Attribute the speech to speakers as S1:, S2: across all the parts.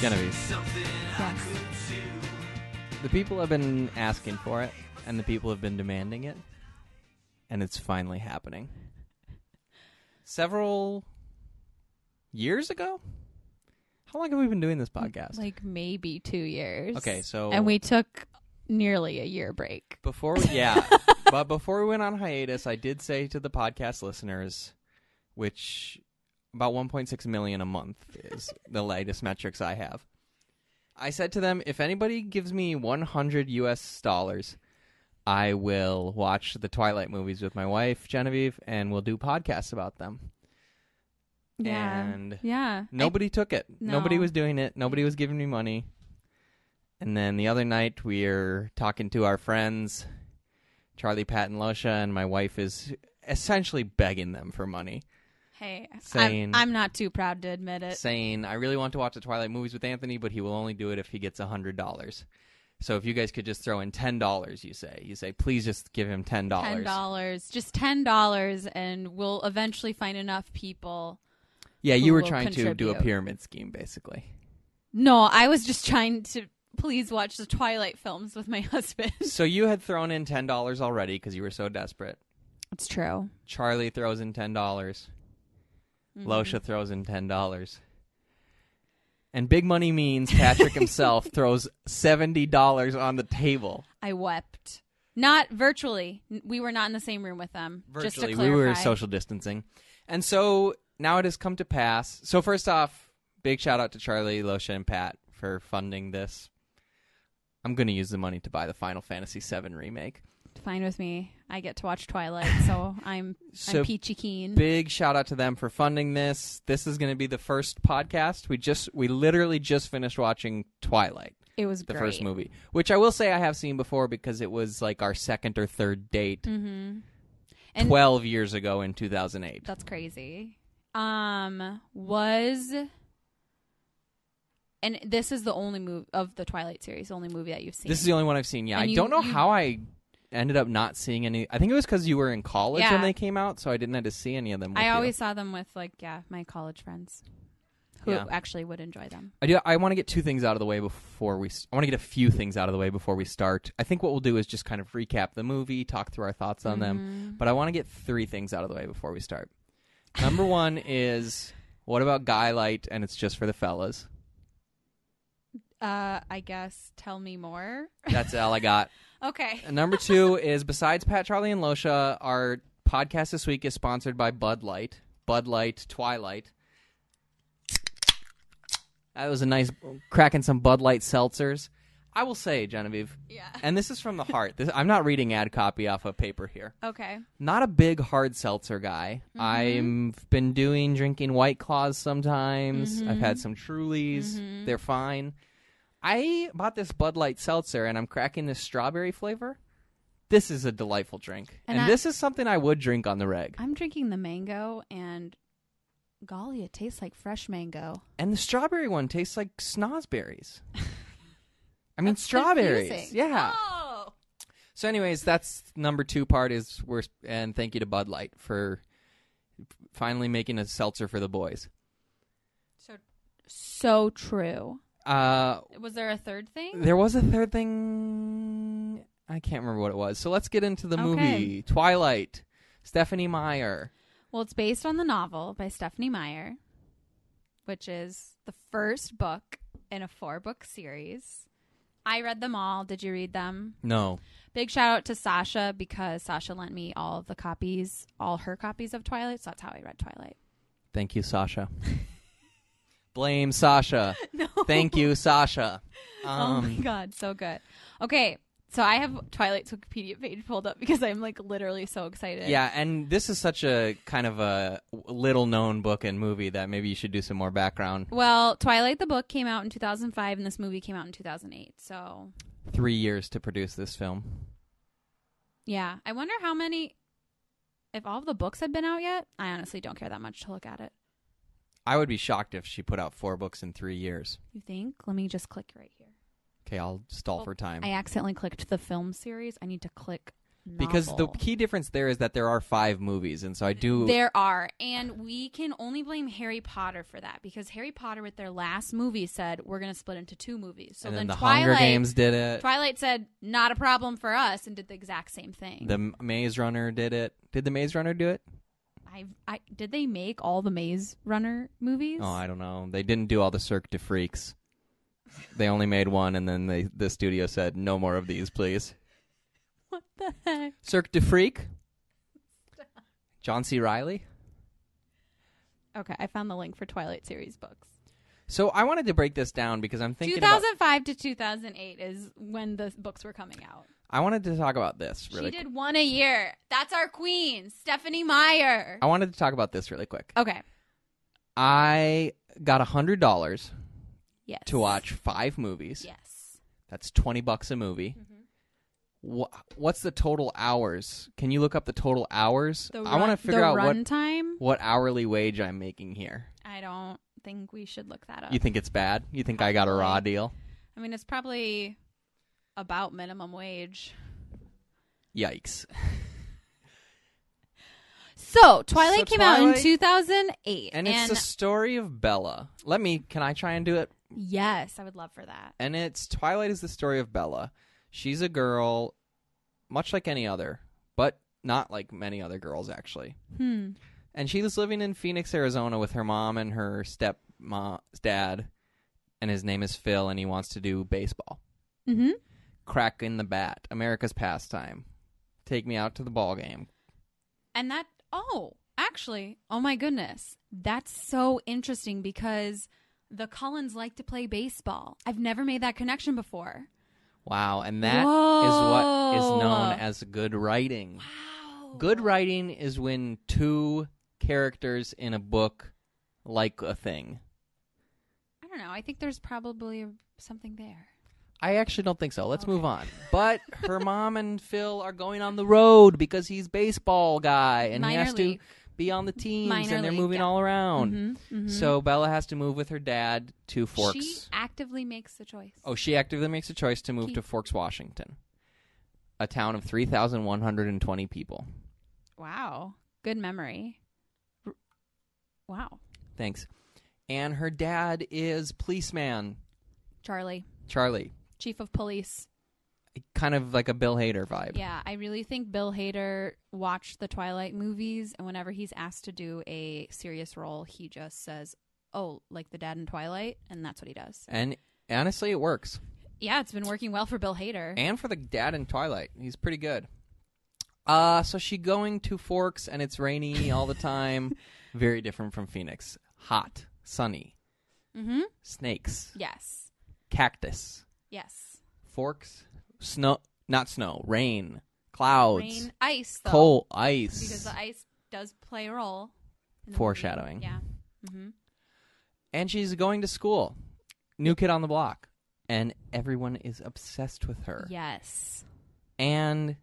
S1: Genevieve. The people have been asking for it, and the people have been demanding it, and it's finally happening. Several years ago? How long have we been doing this podcast?
S2: Like maybe two years.
S1: okay, so
S2: And we took nearly a year break.
S1: before yeah, but before we went on hiatus, I did say to the podcast listeners, which about 1.6 million a month is the latest metrics I have. I said to them, if anybody gives me 100 US dollars, I will watch the Twilight movies with my wife, Genevieve, and we'll do podcasts about them. And
S2: yeah.
S1: Nobody took it. Nobody
S2: No.
S1: was doing it. Nobody was giving me money. And then the other night, we are talking to our friends, Charlie Patton Losha, and my wife is essentially begging them for money,
S2: hey,
S1: Saying-
S2: I'm, I'm not too proud to admit it.
S1: saying, I really want to watch the Twilight movies with Anthony, but he will only do it if he gets $100. So if you guys could just throw in $10, you say, you say, please just give him $10.
S2: Ten dollars, just ten dollars, and we'll eventually find enough people.
S1: Yeah,
S2: who
S1: you were
S2: will
S1: trying to do a
S2: contribute.
S1: pyramid scheme, basically.
S2: No, I was just trying to please watch the Twilight films with my husband.
S1: so you had thrown in $10 already because you were so desperate.
S2: It's true.
S1: Charlie throws in ten dollars.
S2: Mm-hmm.
S1: Losha throws in ten dollars. And big money means Patrick himself throws seventy dollars on the table.
S2: I wept. Not virtually. N- We were not in the same room with them. just to
S1: Virtually, we
S2: clarify.
S1: were social distancing, and so now it has come to pass. So first off, big shout out to Charlie, Losha, and Pat for funding this. I'm going to use the money to buy the Final Fantasy VII remake.
S2: Fine with me. I get to watch Twilight, so I'm
S1: So
S2: I'm peachy keen.
S1: big shout out to them for funding this. This is going to be the first podcast. We just we literally just finished watching Twilight,
S2: it was
S1: the
S2: great.
S1: first movie, which I will say I have seen before because it was like our second or third date
S2: Mm-hmm. And
S1: 12 years ago in 2008.
S2: that's crazy. Um, was and this is the only movie of the Twilight series, the only movie that you've seen.
S1: This is the only one I've seen. Yeah,
S2: And
S1: I
S2: you-
S1: don't know
S2: you-
S1: how I ended up not seeing any. I think it was cuz you were in college
S2: Yeah.
S1: when they came out, so I didn't have to see any of them. with
S2: I
S1: you.
S2: always saw them with like yeah my college friends, who
S1: Yeah.
S2: actually would enjoy them.
S1: I do. I want to get two things out of the way before we. s- I want to get a few things out of the way before we start. I think what we'll do is just kind of recap the movie, talk through our thoughts on them. But I want to get three things out of the way before we start. Number one is what about Guy Light and it's just for the fellas?
S2: Uh, I guess tell me more.
S1: That's all I got.
S2: Okay.
S1: And number two is besides Pat, Charlie, and Losha, our podcast this week is sponsored by Bud Light. Bud Light Twilight. That was a nice cracking some Bud Light seltzers. I will say, Genevieve,
S2: Yeah.
S1: and this is from the heart. This, I'm not reading ad copy off of paper here.
S2: Okay.
S1: Not a big hard seltzer guy.
S2: Mm-hmm.
S1: I've been doing drinking White Claws sometimes.
S2: Mm-hmm.
S1: I've had some Trulies. They're fine. I bought this Bud Light seltzer and I'm cracking this strawberry flavor. This is a delightful drink.
S2: And
S1: And,
S2: I-
S1: this is something I would drink on the reg.
S2: I'm drinking the mango and golly, it tastes like fresh mango.
S1: And the strawberry one tastes like snozberries. I mean,
S2: That's
S1: strawberries.
S2: confusing.
S1: Yeah.
S2: Oh.
S1: So, anyways, that's number two part is we're and thank you to Bud Light for finally making a seltzer for the boys.
S2: So so true.
S1: Uh,
S2: Was there a third thing?
S1: there was a third thing I can't remember what it was. So let's get into the
S2: Okay.
S1: movie Twilight. Stephanie Meyer.
S2: Well, it's based on the novel by Stephanie Meyer, which is the first book in a four-book series. I read them all. Did you read them?
S1: No,
S2: Big shout out to Sasha because Sasha lent me all of the copies, all her copies of Twilight, so that's how I read Twilight.
S1: thank you, Sasha. Blame Sasha.
S2: No.
S1: Thank you, Sasha.
S2: Oh my
S1: Um,
S2: god, so good. Okay, so I have Twilight's Wikipedia page pulled up because I'm like literally so excited.
S1: yeah, and this is such a kind of a little known book and movie that maybe you should do some more background.
S2: Well, Twilight the book came out in 2005 and this movie came out in 2008. So,
S1: Three years to produce this film.
S2: yeah. I wonder how many if all of the books had been out yet. I honestly don't care that much to look at it.
S1: I would be shocked if she put out four books in three years.
S2: You think? Let me just click right here.
S1: Okay, I'll stall
S2: Oh,
S1: for time.
S2: I accidentally clicked the film series. I need to click
S1: Because the
S2: novel.
S1: key difference there is that there are five movies, and so I do.
S2: There are, and we can only blame Harry Potter for that because Harry Potter, with their last movie, said we're going to split into two movies. So
S1: and
S2: then,
S1: then the
S2: Twilight,
S1: Hunger Games did it.
S2: Twilight said not a problem for us, and did the exact same thing.
S1: The Maze Runner did it. Did the Maze Runner do it?
S2: I, I did they make all the Maze Runner movies?
S1: Oh, I don't know. They didn't do all the Cirque de Freaks. They only made one, and then they, the studio said, "No more of these, please."
S2: what the heck?
S1: Cirque de Freak. John C. Riley.
S2: Okay, I found the link for Twilight series books.
S1: So I wanted to break this down because I'm thinking about.
S2: 2005 to 2008 is when the books were coming out.
S1: I wanted to talk about this really.
S2: she
S1: quick.
S2: did one a year. That's our queen, Stephanie Meyer.
S1: I wanted to talk about this really quick.
S2: Okay.
S1: I got a hundred dollars
S2: Yes.
S1: to watch five movies.
S2: Yes.
S1: That's twenty bucks a movie.
S2: Mm-hmm.
S1: Wha what's the total hours? Can you look up the total hours?
S2: The
S1: I want to
S2: run-
S1: figure
S2: the
S1: out
S2: run
S1: what
S2: time.
S1: what hourly wage I'm making here.
S2: I don't think we should look that up.
S1: You think it's bad? You think I got a raw
S2: Probably.
S1: deal?
S2: I mean, it's probably about minimum wage.
S1: Yikes!
S2: So Twilight
S1: So
S2: came out
S1: Twilight-
S2: in 2008,
S1: And it's the story of Bella. Let me. Can I try and do it?
S2: yes, I would love for that.
S1: and it's Twilight is the story of Bella. She's a girl, much like any other, but not like many other girls actually.
S2: Hmm.
S1: And she was living in Phoenix, Arizona, with her mom and her step dad, and his name is Phil, and he wants to do baseball.
S2: Mm-hmm.
S1: Crack in the bat, America's pastime. Take me out to the ball game.
S2: And that, oh, actually, oh my goodness. That's so interesting because the Cullens like to play baseball. I've never made that connection before.
S1: Wow, and that is what is known
S2: Whoa.
S1: as good writing.
S2: Wow.
S1: Good writing is when two characters in a book like a thing.
S2: I don't know. I think there's probably something there.
S1: I actually don't think so. Let's move
S2: Okay.
S1: on. But her mom and Phil are going on the road because he's baseball guy and he
S2: Minor
S1: has
S2: league.
S1: to be on the teams
S2: Minor
S1: and they're
S2: league,
S1: moving
S2: yeah.
S1: all around.
S2: Mhm, mhm.
S1: So Bella has to move with her dad to Forks.
S2: She actively makes the choice.
S1: oh, she actively makes a choice to move
S2: Keep-
S1: to Forks, Washington. A town of 3,120 people.
S2: Wow. Good memory. R- Wow.
S1: Thanks. And her dad is policeman
S2: Charlie,
S1: Charlie.
S2: chief of police.
S1: Kind of like a Bill Hader vibe.
S2: Yeah, I really think Bill Hader watched the Twilight movies, and whenever he's asked to do a serious role, he just says, "Oh, like the dad in Twilight," and that's what he does.
S1: And honestly, it works.
S2: Yeah, it's been working well for Bill Hader.
S1: and for the dad in Twilight. He's pretty good. Uh, so she going to Forks and it's rainy all the time. Very different from Phoenix. Hot, sunny,
S2: mm-hmm.
S1: snakes,
S2: Yes,
S1: cactus,
S2: yes.
S1: Forks, snow, not snow, rain, clouds,
S2: Rain, ice, though,
S1: coal, ice.
S2: because the ice does play a role. in the movie.
S1: Foreshadowing.
S2: Yeah. Mm-hmm.
S1: and she's going to school. New kid on the block. And everyone is obsessed with her.
S2: Yes.
S1: And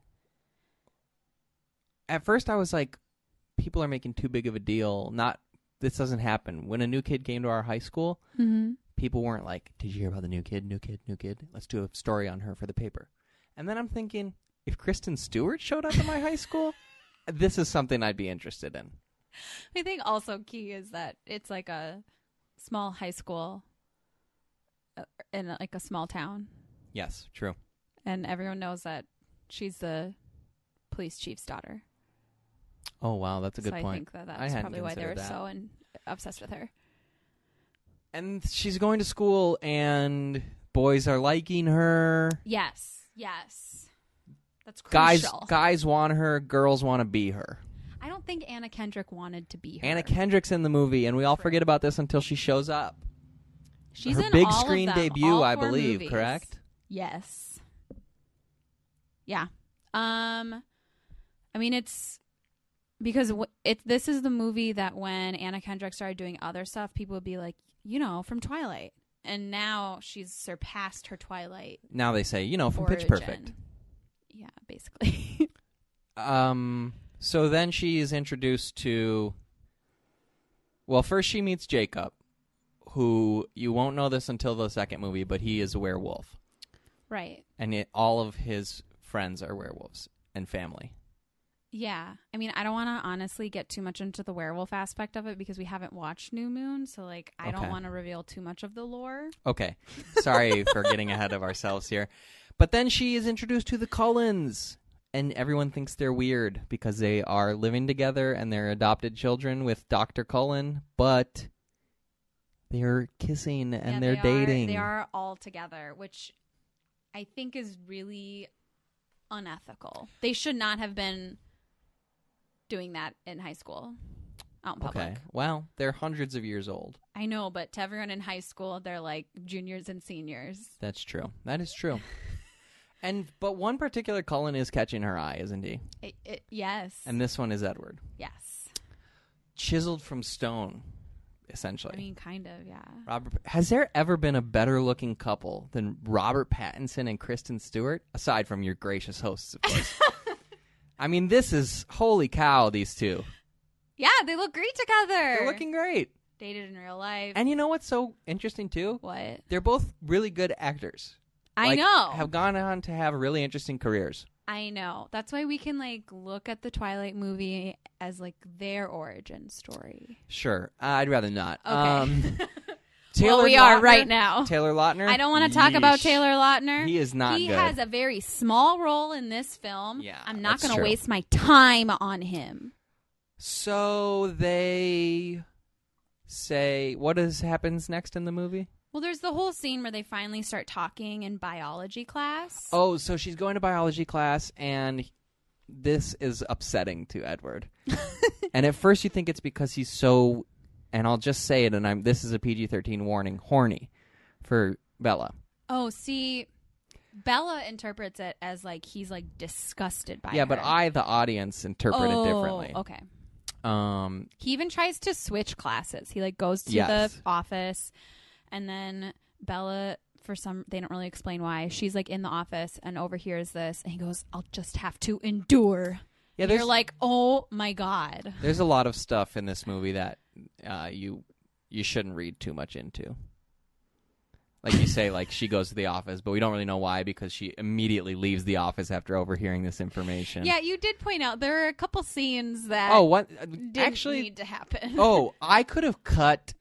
S1: at first I was like, people are making too big of a deal. Not this doesn't happen. When a new kid came to our high school,
S2: Mm-hmm.
S1: people weren't like, Did you hear about the new kid, new kid, new kid? Let's do a story on her for the paper. And then I'm thinking, if Kristen Stewart showed up at my high school, this is something I'd be interested in.
S2: I think also key is that it's like a small high school uh, in like a small town.
S1: Yes, true.
S2: and everyone knows that she's the police chief's daughter.
S1: Oh wow, that's a good
S2: so I
S1: point.
S2: think that
S1: I
S2: that's
S1: hadn't
S2: probably why they were
S1: considered that.
S2: so in, obsessed with her.
S1: And she's going to school and boys are liking her.
S2: Yes, yes, that's
S1: Guys
S2: crucial.
S1: guys want her, girls want to be her.
S2: I don't think Anna Kendrick wanted to be her.
S1: Anna Kendrick's in the movie, and we all
S2: True.
S1: forget about this until she shows up.
S2: she's
S1: Her
S2: in
S1: big
S2: all of
S1: screen
S2: them,
S1: debut,
S2: all
S1: I
S2: four
S1: believe,
S2: movies.
S1: correct?
S2: Yes. Yeah. Um, I mean it's because w- it this is the movie that when Anna Kendrick started doing other stuff, people would be like, you know, from Twilight, and now she's surpassed her Twilight
S1: Now they say, you know, from Pitch
S2: origin.
S1: Perfect.
S2: Yeah, basically.
S1: Um, so then she is introduced to. Well, first she meets Jacob, who you won't know this until the second movie, but he is a werewolf,
S2: right.
S1: and it, all of his friends are werewolves. and family.
S2: Yeah. I mean, I don't want to honestly get too much into the werewolf aspect of it because we haven't watched New Moon, so like I don't
S1: Okay.
S2: want to reveal too much of the lore.
S1: Okay. Sorry for getting ahead of ourselves here. But then she is introduced to the Cullens, and everyone thinks they're weird because they are living together and they're adopted children with Dr. Cullen, but they're kissing and
S2: Yeah,
S1: they're
S2: they are-
S1: dating.
S2: they are all together, which I think is really unethical. They should not have been doing that in high school. Out in public.
S1: okay. Wow. They're hundreds of years old.
S2: I know, but to everyone in high school, they're like juniors and seniors.
S1: That's true. That is true. and but one particular Cullen is catching her eye, isn't he?
S2: It, it, yes.
S1: And this one is Edward.
S2: yes.
S1: Chiseled from stone, essentially.
S2: I mean, kind of, yeah.
S1: Robert, has there ever been a better looking couple than Robert Pattinson and Kristen Stewart? Aside from your gracious hosts, of course. I mean, this is holy cow. These two,
S2: Yeah, they look great together.
S1: they're looking great.
S2: dated in real life.
S1: And you know what's so interesting too?
S2: what?
S1: They're both really good actors.
S2: I
S1: Like,
S2: know.
S1: Have gone on to have really interesting careers.
S2: I know. That's why we can like look at the Twilight movie as like their origin story.
S1: Sure, I'd rather not. Um,
S2: Okay.
S1: Taylor
S2: well, we are
S1: Lautner?
S2: right now.
S1: Taylor Lautner.
S2: I don't want to talk about
S1: Yeesh.
S2: Taylor Lautner.
S1: He is not
S2: He
S1: good.
S2: has a very small role in this film.
S1: Yeah,
S2: I'm not
S1: that's
S2: going to
S1: true.
S2: waste my time on him.
S1: So they say what is happens next in the movie?
S2: Well, there's the whole scene where they finally start talking in biology class.
S1: Oh, so she's going to biology class, and this is upsetting to Edward. and at first, you think it's because he's so, and I'll just say it, and I'm this is a PG thirteen warning, horny for Bella.
S2: Oh, see, Bella interprets it as like he's like disgusted by
S1: yeah, but
S2: her.
S1: I, the audience, interpret
S2: oh,
S1: it differently.
S2: Okay.
S1: Um,
S2: He even tries to switch classes. He like goes to
S1: Yes.
S2: the office and then Bella for some they don't really explain why. She's like in the office and overhears this and he goes, "I'll just have to endure."
S1: yeah,
S2: And
S1: there's
S2: you're like, "Oh my god."
S1: there's a lot of stuff in this movie that uh, you you shouldn't read too much into. Like you say, like she goes to the office, but we don't really know why because she immediately leaves the office after overhearing this information.
S2: Yeah, you did point out there are a couple scenes that
S1: Oh, what?
S2: didn't
S1: Actually,
S2: need to happen.
S1: oh, I could have cut.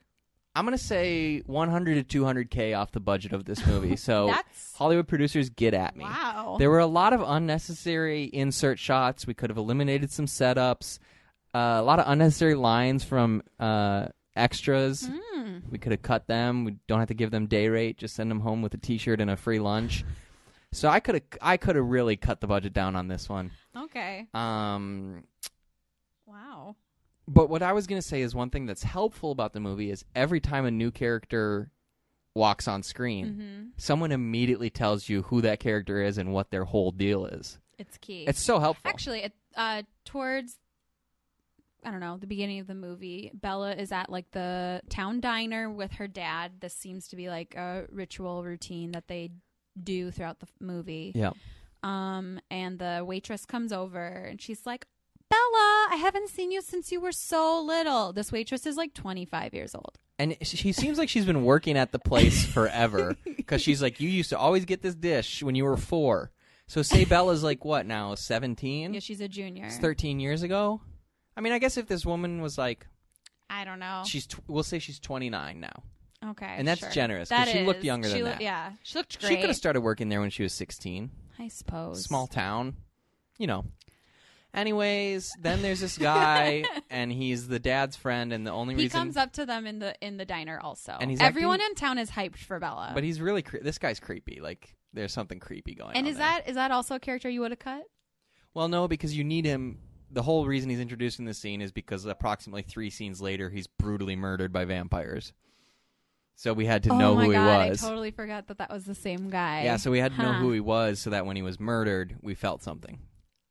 S1: I'm gonna say 100 to 200k off the budget of this movie. So
S2: That's-
S1: Hollywood producers get at me.
S2: wow.
S1: There were a lot of unnecessary insert shots. We could have eliminated some setups. Uh, a lot of unnecessary lines from uh, extras.
S2: Hmm.
S1: We could have cut them. We don't have to give them day rate. Just send them home with a T-shirt and a free lunch. So I could have I could have really cut the budget down on this one.
S2: Okay.
S1: Um,
S2: Wow.
S1: but what I was going to say is one thing that's helpful about the movie is every time a new character walks on screen,
S2: Mhm.
S1: someone immediately tells you who that character is and what their whole deal is.
S2: It's key.
S1: It's so helpful.
S2: Actually, it, uh, towards I don't know the beginning of the movie, Bella is at like the town diner with her dad. This seems to be like a ritual routine that they do throughout the f- movie.
S1: yeah.
S2: Um, and the waitress comes over and she's like, "Bella, I haven't seen you since you were so little." This waitress is like twenty five years old.
S1: And she seems like she's been working at the place forever because she's like, you used to always get this dish when you were four. So say Bella's like what now, seventeen?
S2: Yeah, she's a junior.
S1: It's thirteen years ago. I mean, I guess if this woman was like,
S2: I don't know.
S1: she's tw- we'll say she's twenty nine now.
S2: okay,
S1: and that's
S2: sure.
S1: generous, 'cause
S2: That
S1: she looked
S2: is.
S1: younger
S2: She
S1: than
S2: loo-
S1: that.
S2: Yeah, she looked
S1: She
S2: great.
S1: could have started working there when she was sixteen.
S2: I suppose
S1: Small town, you know. Anyways, then there's this guy, and he's the dad's friend, and the only
S2: he
S1: reason
S2: comes up to them in the in the diner also
S1: And he's
S2: everyone in town is hyped for bella
S1: but he's really cre- this guy's creepy. Like there's something creepy going on.
S2: and is
S1: there.
S2: that is that also a character you would have cut
S1: Well, no, because you need him. The whole reason he's introduced in this scene is because approximately three scenes later, he's brutally murdered by vampires. So we had to know
S2: oh my
S1: who
S2: god
S1: he was.
S2: i totally forgot that that was the same guy
S1: yeah, so we had to know
S2: Huh.
S1: who he was so that when he was murdered, we felt something.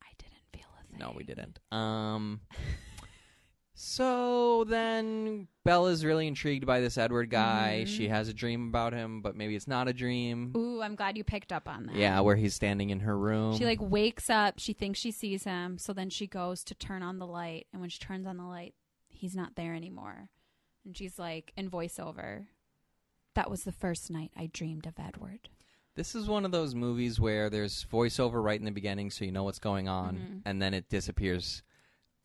S2: i didn't feel a thing
S1: No, we didn't. Um. So then Bella's really intrigued by this Edward guy.
S2: Mhm.
S1: She has a dream about him, but maybe it's not a dream.
S2: ooh i'm glad you picked up on that
S1: Yeah, where he's standing in her room.
S2: she like wakes up she thinks she sees him so then she goes to turn on the light and when she turns on the light he's not there anymore and she's like in voiceover that was the first night i dreamed of edward
S1: This is one of those movies where there's voiceover right in the beginning, so you know what's going on,
S2: Mhm.
S1: and then it disappears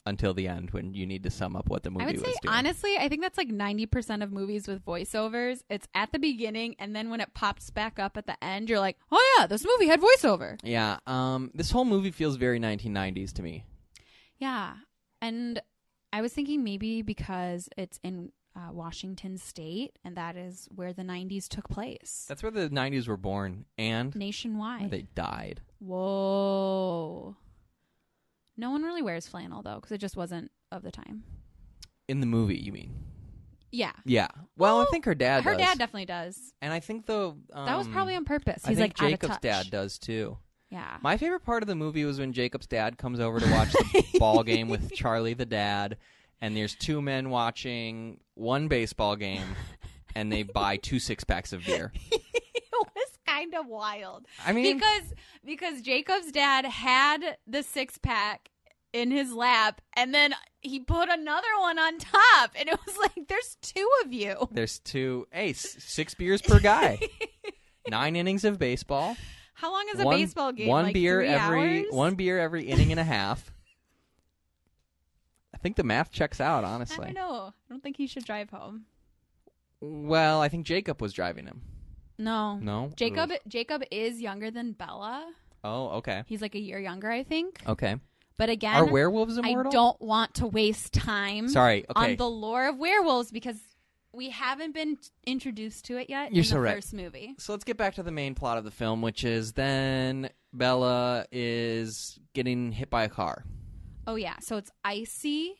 S1: until the end when you need to sum up what the movie
S2: I would
S1: was
S2: say
S1: doing.
S2: honestly, I think that's like ninety percent of movies with voiceovers. It's at the beginning, and then when it pops back up at the end, you're like, "Oh yeah, this movie had voiceover."
S1: yeah, um, this whole movie feels very 1990s to me.
S2: Yeah, and I was thinking maybe because it's in uh, Washington State, and that is where the '90s took place
S1: That's where the 90s were born, and
S2: nationwide.
S1: they died.
S2: Whoa! No one really wears flannel though, because it just wasn't of the time.
S1: In the movie, you mean?
S2: Yeah,
S1: Yeah. Well, I
S2: Well,
S1: think her dad
S2: her
S1: does.
S2: dad definitely does.
S1: and I think the
S2: That was
S1: um,
S2: probably on purpose.
S1: I
S2: He's
S1: think
S2: like out of
S1: Jacob's
S2: touch.
S1: dad does too.
S2: Yeah.
S1: My favorite part of the movie was when Jacob's dad comes over to watch the ball game with Charlie the dad, and there's two men watching one baseball game, and they buy two six packs of beer.
S2: it was kind of wild
S1: I mean,
S2: because because Jacob's dad had the six pack in his lap, and then he put another one on top, and it was like, "There's two of you."
S1: there's two, hey, s- six beers per guy, nine innings of baseball,
S2: How long is a
S1: one
S2: baseball game?
S1: one
S2: Like
S1: beer
S2: three
S1: every
S2: hours?
S1: one beer every inning and a half. I think the math checks out,
S2: I don't
S1: honestly.
S2: know. I don't think he should drive home.
S1: Well, I think Jacob was driving him.
S2: No.
S1: No, Mm.
S2: Jacob Jacob is younger than Bella.
S1: Oh, okay,
S2: He's like a year younger, I think.
S1: okay.
S2: But again,
S1: Oh. Are werewolves
S2: I
S1: immortal?
S2: don't want to waste time.
S1: Sorry. Okay.
S2: on the lore of werewolves because we haven't been t- introduced to it yet
S1: You're
S2: in
S1: so
S2: the
S1: right.
S2: first movie.
S1: so let's get back to the main plot of the film, which is then Bella is getting hit by a car.
S2: Oh yeah, so it's icy.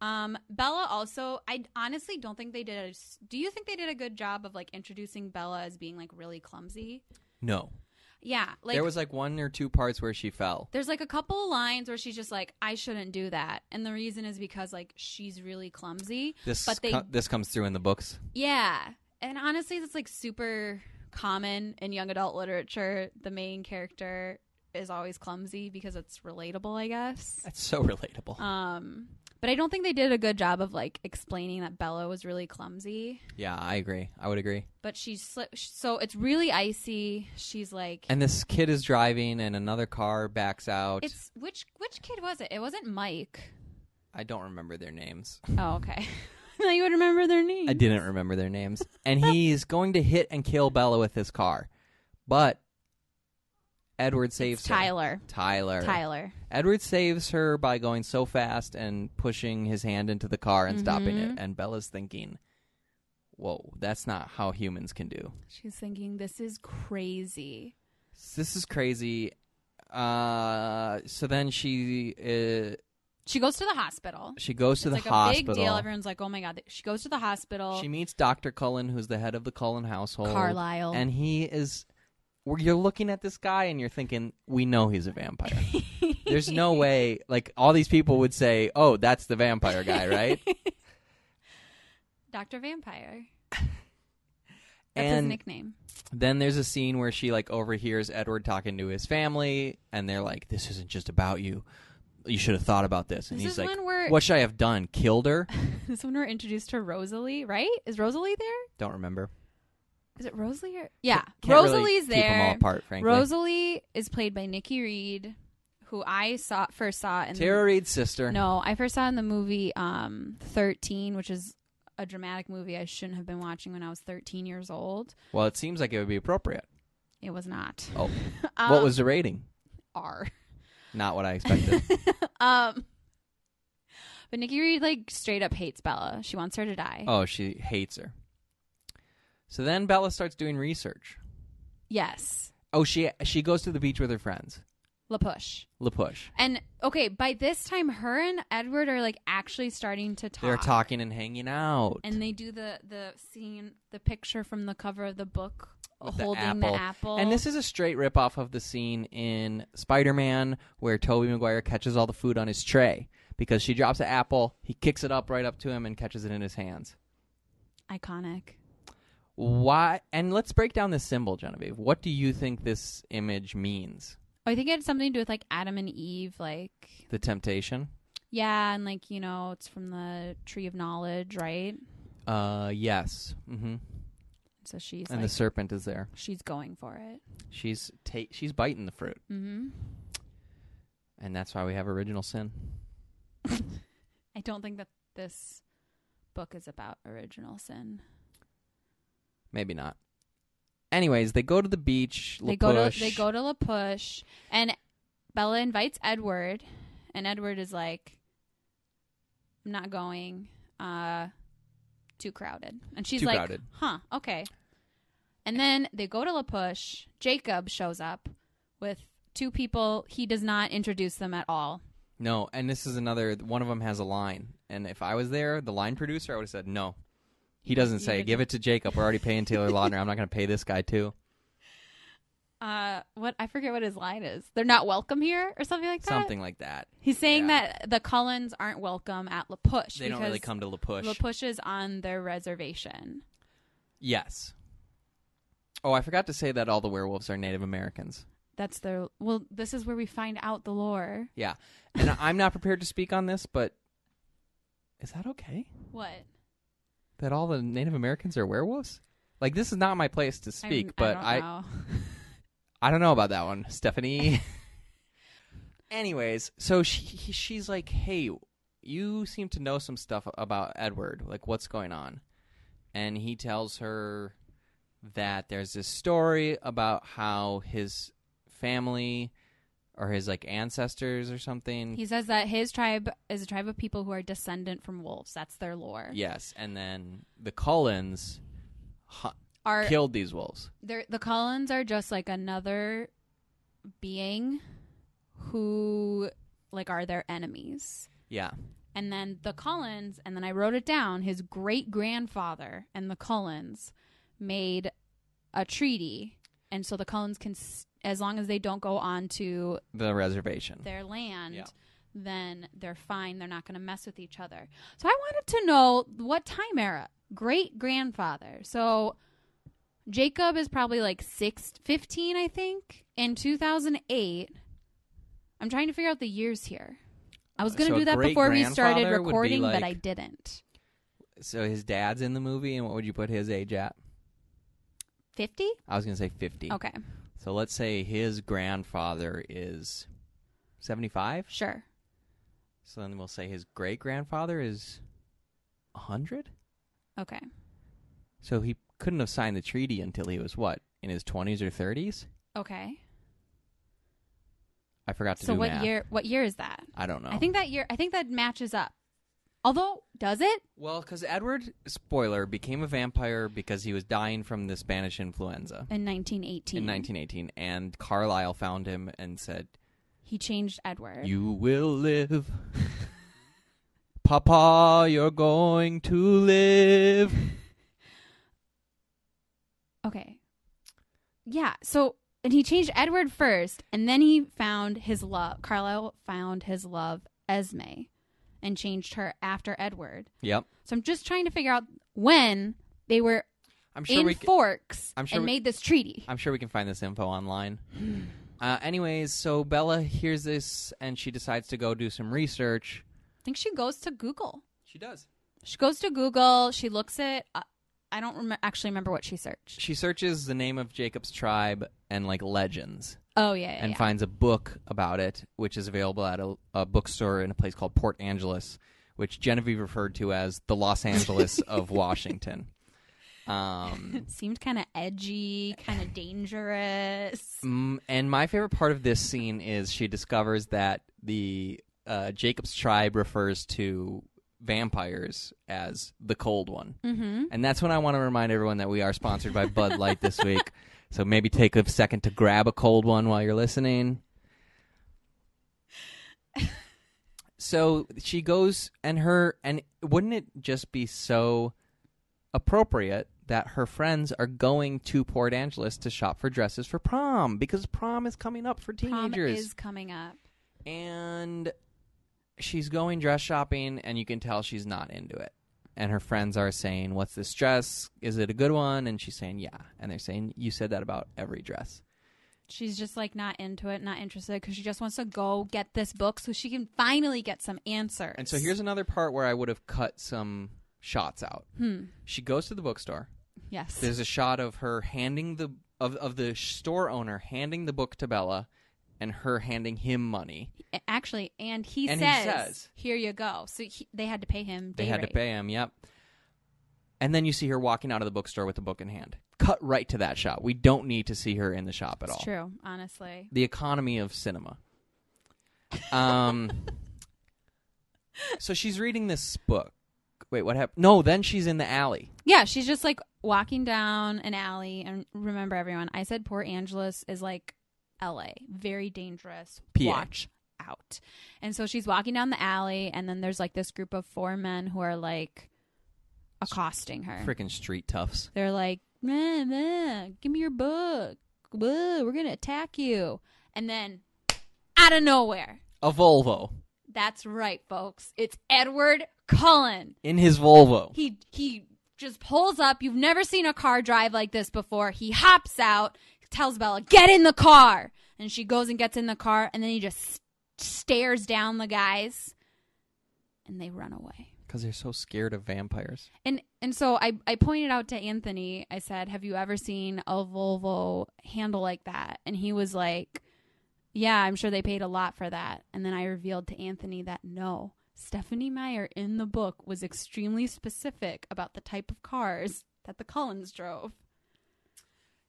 S2: Um, Bella also. I honestly don't think they did. A, s- do you think they did a good job of like introducing Bella as being like really clumsy?
S1: No.
S2: Yeah, like
S1: there was like one or two parts where she fell.
S2: there's like a couple of lines where she's just like, I shouldn't do that, and the reason is because like she's really clumsy.
S1: This
S2: But they-
S1: co- this comes through in the books.
S2: Yeah. And honestly, that's like super common in young adult literature. The main character is always clumsy because it's relatable, I guess.
S1: That's so relatable.
S2: Um, but I don't think they did a good job of like explaining that Bella was really clumsy.
S1: yeah, I agree. I would agree.
S2: But she's sli- so it's really icy. She's like
S1: And this kid is driving, and another car backs out.
S2: it's which which kid was it? It wasn't Mike.
S1: I don't remember their names.
S2: Oh, okay. now you would remember their name.
S1: I didn't remember their names. and he's going to hit and kill Bella with his car, but Edward saves
S2: It's Tyler.
S1: her. Tyler.
S2: Tyler.
S1: Edward saves her by going so fast and pushing his hand into the car and stopping it.
S2: Mhm.
S1: And Bella's thinking, whoa, that's not how humans can do.
S2: She's thinking this is crazy.
S1: This is crazy. Uh, so then she uh,
S2: She goes to the hospital.
S1: she goes to
S2: it's
S1: the
S2: like
S1: hospital.
S2: a big deal. Everyone's like, "Oh my god!" She goes to the hospital.
S1: she meets Dr. Cullen, who's the head of the Cullen household.
S2: Carlisle.
S1: And he is. well, You're looking at this guy and you're thinking, we know he's a vampire. There's no way, like, all these people would say, oh, that's the vampire guy, right?
S2: Doctor Vampire. That's
S1: And-
S2: his nickname.
S1: then there's a scene where she like overhears Edward talking to his family, and they're like, "This isn't just about you. You should have thought about this." And
S2: This
S1: he's
S2: is
S1: like,
S2: when we're
S1: "What should I have done? Killed her?"
S2: this is when we're introduced to Rosalie, right? Is Rosalie there?
S1: Don't remember.
S2: Is it Rosalie? Or... Yeah,
S1: Can't really
S2: Rosalie's
S1: Keep them all
S2: there.
S1: apart, frankly.
S2: Rosalie is played by Nikki Reed, who I saw first saw in
S1: Tara Reid's sister.
S2: the no, I first saw in the movie um, Thirteen, which is a dramatic movie I shouldn't have been watching when I was 13 years old.
S1: Well, it seems like it would be appropriate.
S2: It was not.
S1: Oh.
S2: Um,
S1: what was the rating?
S2: R?
S1: Not what I expected.
S2: Um, but Nikki Reed like straight up hates Bella. She wants her to die.
S1: oh, she hates her. So then Bella starts doing research.
S2: Yes,
S1: Oh, she she goes to the beach with her friends.
S2: LaPush.
S1: LaPush.
S2: And okay, by this time, her and Edward are like actually starting to talk.
S1: They're talking and hanging out.
S2: Ah. and they do the the scene, the picture from the cover of the book
S1: With the
S2: holding
S1: apple.
S2: the apple.
S1: And this is a straight ripoff of the scene in Spider Man where Tobey Maguire catches all the food on his tray because she drops an apple, he kicks it up right up to him and catches it in his hands.
S2: iconic.
S1: Why? And let's break down this symbol, Genevieve. What do you think this image means?
S2: Oh, I think it had something to do with like Adam and Eve, like
S1: The temptation?
S2: yeah, and like you know, it's from the tree of knowledge, right?
S1: Uh, yes. Mm-hmm.
S2: So she's
S1: and
S2: like,
S1: the serpent is there.
S2: she's going for it.
S1: She's ta- she's biting the fruit,
S2: Mm-hmm.
S1: and that's why we have original sin.
S2: I don't think that this book is about original sin.
S1: Maybe not. Anyways, they go to the beach.
S2: They go
S1: Lapush.
S2: to they go to La Push, and Bella invites Edward, and Edward is like, "I'm not going. Uh, too crowded." And she's
S1: Too
S2: like,
S1: crowded.
S2: "Huh? Okay." And then they go to La Push. Jacob shows up with two people. He does not introduce them at all.
S1: No, and this is another one of them has a line, and if I was there, the line producer, I would have said no. He doesn't
S2: You
S1: say.
S2: didn't-
S1: Give it to Jacob. We're already paying Taylor Lautner. I'm not going to pay this guy too.
S2: Uh, what I forget what his line is. They're not welcome here, or something like that.
S1: Something like that.
S2: He's saying
S1: Yeah.
S2: that the Cullens aren't welcome at La Push.
S1: They don't really
S2: because-
S1: come to La Push.
S2: La Push is on their reservation.
S1: Yes. Oh, I forgot to say that all the werewolves are Native Americans.
S2: That's their well. This is where we find out the lore.
S1: Yeah. And I'm not prepared to speak on this, but is that okay?
S2: What?
S1: That all the Native Americans are werewolves? Like this is not my place to speak,
S2: I'm-
S1: but I
S2: I, don't know.
S1: I don't know about that one, Stephanie. Anyways, so she he- she's like, "Hey, you seem to know some stuff about Edward. Like, what's going on?" And he tells her that there's this story about how his family or his like ancestors or something.
S2: he says that his tribe is a tribe of people who are descendant from wolves. That's their lore.
S1: yes, and then the Cullens hu-
S2: Are
S1: killed these wolves.
S2: they're- the Collins are just like another being who like are their enemies.
S1: Yeah,
S2: and then the Collins, and then I wrote it down. His great grandfather and the Collins made a treaty, and so the Collins can, s- as long as they don't go on to
S1: the reservation.
S2: their land,
S1: Yeah.
S2: then they're fine. They're not going to mess with each other. So I wanted to know what time era. Great grandfather. So Jacob is probably like six, 15, I think, in 2008. I'm trying to figure out the years here. I was going to
S1: Uh, So a
S2: do that before we started
S1: great-grandfather would be
S2: recording, but
S1: like-
S2: I didn't.
S1: So his dad's in the movie, and what would you put his age at?
S2: 50?
S1: I was going to say 50.
S2: Okay,
S1: So let's say his grandfather is 75.
S2: sure.
S1: So then we'll say his great grandfather is 100.
S2: Okay.
S1: So he couldn't have signed the treaty until he was what? In his 20s or 30s?
S2: Okay.
S1: I forgot to
S2: So
S1: do
S2: what
S1: math.
S2: year what year is that?
S1: I don't know.
S2: I think that year I think that matches up. Although, does it?
S1: well, because Edward, spoiler, became a vampire because he was dying from the Spanish influenza
S2: In 1918.
S1: in 1918, and Carlyle found him and said,
S2: He changed Edward.
S1: You will live. Papa, you're going to live.
S2: okay. Yeah. So, and he changed Edward first, and then he found his love. Carlisle found his love, Esme, and changed her after Edward.
S1: Yep.
S2: So I'm just trying to figure out when they were
S1: I'm sure
S2: in
S1: we. Can,
S2: Forks
S1: I'm sure
S2: and
S1: we-
S2: made this treaty.
S1: I'm sure we can find this info online. uh, anyways, so Bella hears this and she decides to go do some research.
S2: I think she goes to Google.
S1: She does.
S2: She goes to Google. She looks at. Uh, I don't rem- actually remember what she searched.
S1: She searches the name of Jacob's tribe and like legends,
S2: Oh yeah, yeah,
S1: and
S2: yeah.
S1: finds a book about it, which is available at a, a bookstore in a place called Port Angeles, which Genevieve referred to as the Los Angeles of Washington. Um,
S2: It seemed kind of edgy, kind of dangerous.
S1: Mm, and my favorite part of this scene is she discovers that the uh, Jacob's tribe refers to vampires as the cold one.
S2: Mm-hmm.
S1: And that's when I want to remind everyone that we are sponsored by Bud Light this week. So maybe take a second to grab a cold one while you're listening. So she goes and her and wouldn't it just be so appropriate that her friends are going to Port Angeles to shop for dresses for prom because prom is coming up for
S2: Prom
S1: teenagers
S2: is coming up.
S1: and she's going dress shopping and you can tell she's not into it and her friends are saying what's this dress is it a good one and she's saying yeah and they're saying you said that about every dress
S2: She's just like not into it, not interested, because she just wants to go get this book so she can finally get some answers.
S1: and so here's another part where i would have cut some shots out
S2: hmm.
S1: she goes to the bookstore
S2: Yes.
S1: There's a shot of her handing the of of the store owner handing the book to Bella, and her handing him money.
S2: A- Actually, and he
S1: And he
S2: says,
S1: says-
S2: "Here you go." So he, they had to pay him.
S1: They
S2: day
S1: had to
S2: rate.
S1: pay him. Yep. And then you see her walking out of the bookstore with the book in hand. Cut right to that shot. We don't need to see her in the shop at
S2: It's
S1: all.
S2: true, honestly.
S1: the economy of cinema. Um, so she's reading this book. Wait, what happened? No, then she's in the alley.
S2: Yeah, she's just like walking down an alley, and remember, everyone, I said Port Angeles is like L.A., very dangerous.
S1: PA.
S2: Watch out. And so she's walking down the alley, and then there's like this group of four men who are like accosting her.
S1: Freaking street toughs.
S2: They're like, "Meh, meh, give me your book. Whoa, we're gonna attack you. And then out of nowhere,
S1: A Volvo
S2: that's right, folks. It's Edward Cullen.
S1: in his Volvo.
S2: He he just pulls up. You've never seen a car drive like this before. He hops out, tells Bella, "Get in the car," and she goes and gets in the car. And then he just s- stares down the guys, and they run away.
S1: Because they're so scared of vampires.
S2: And and so I I pointed out to Anthony. I said, "Have you ever seen a Volvo handle like that?" And he was like, "Yeah, I'm sure they paid a lot for that." And then I revealed to Anthony that no, Stephanie Meyer in the book was extremely specific about the type of cars that the Collins drove.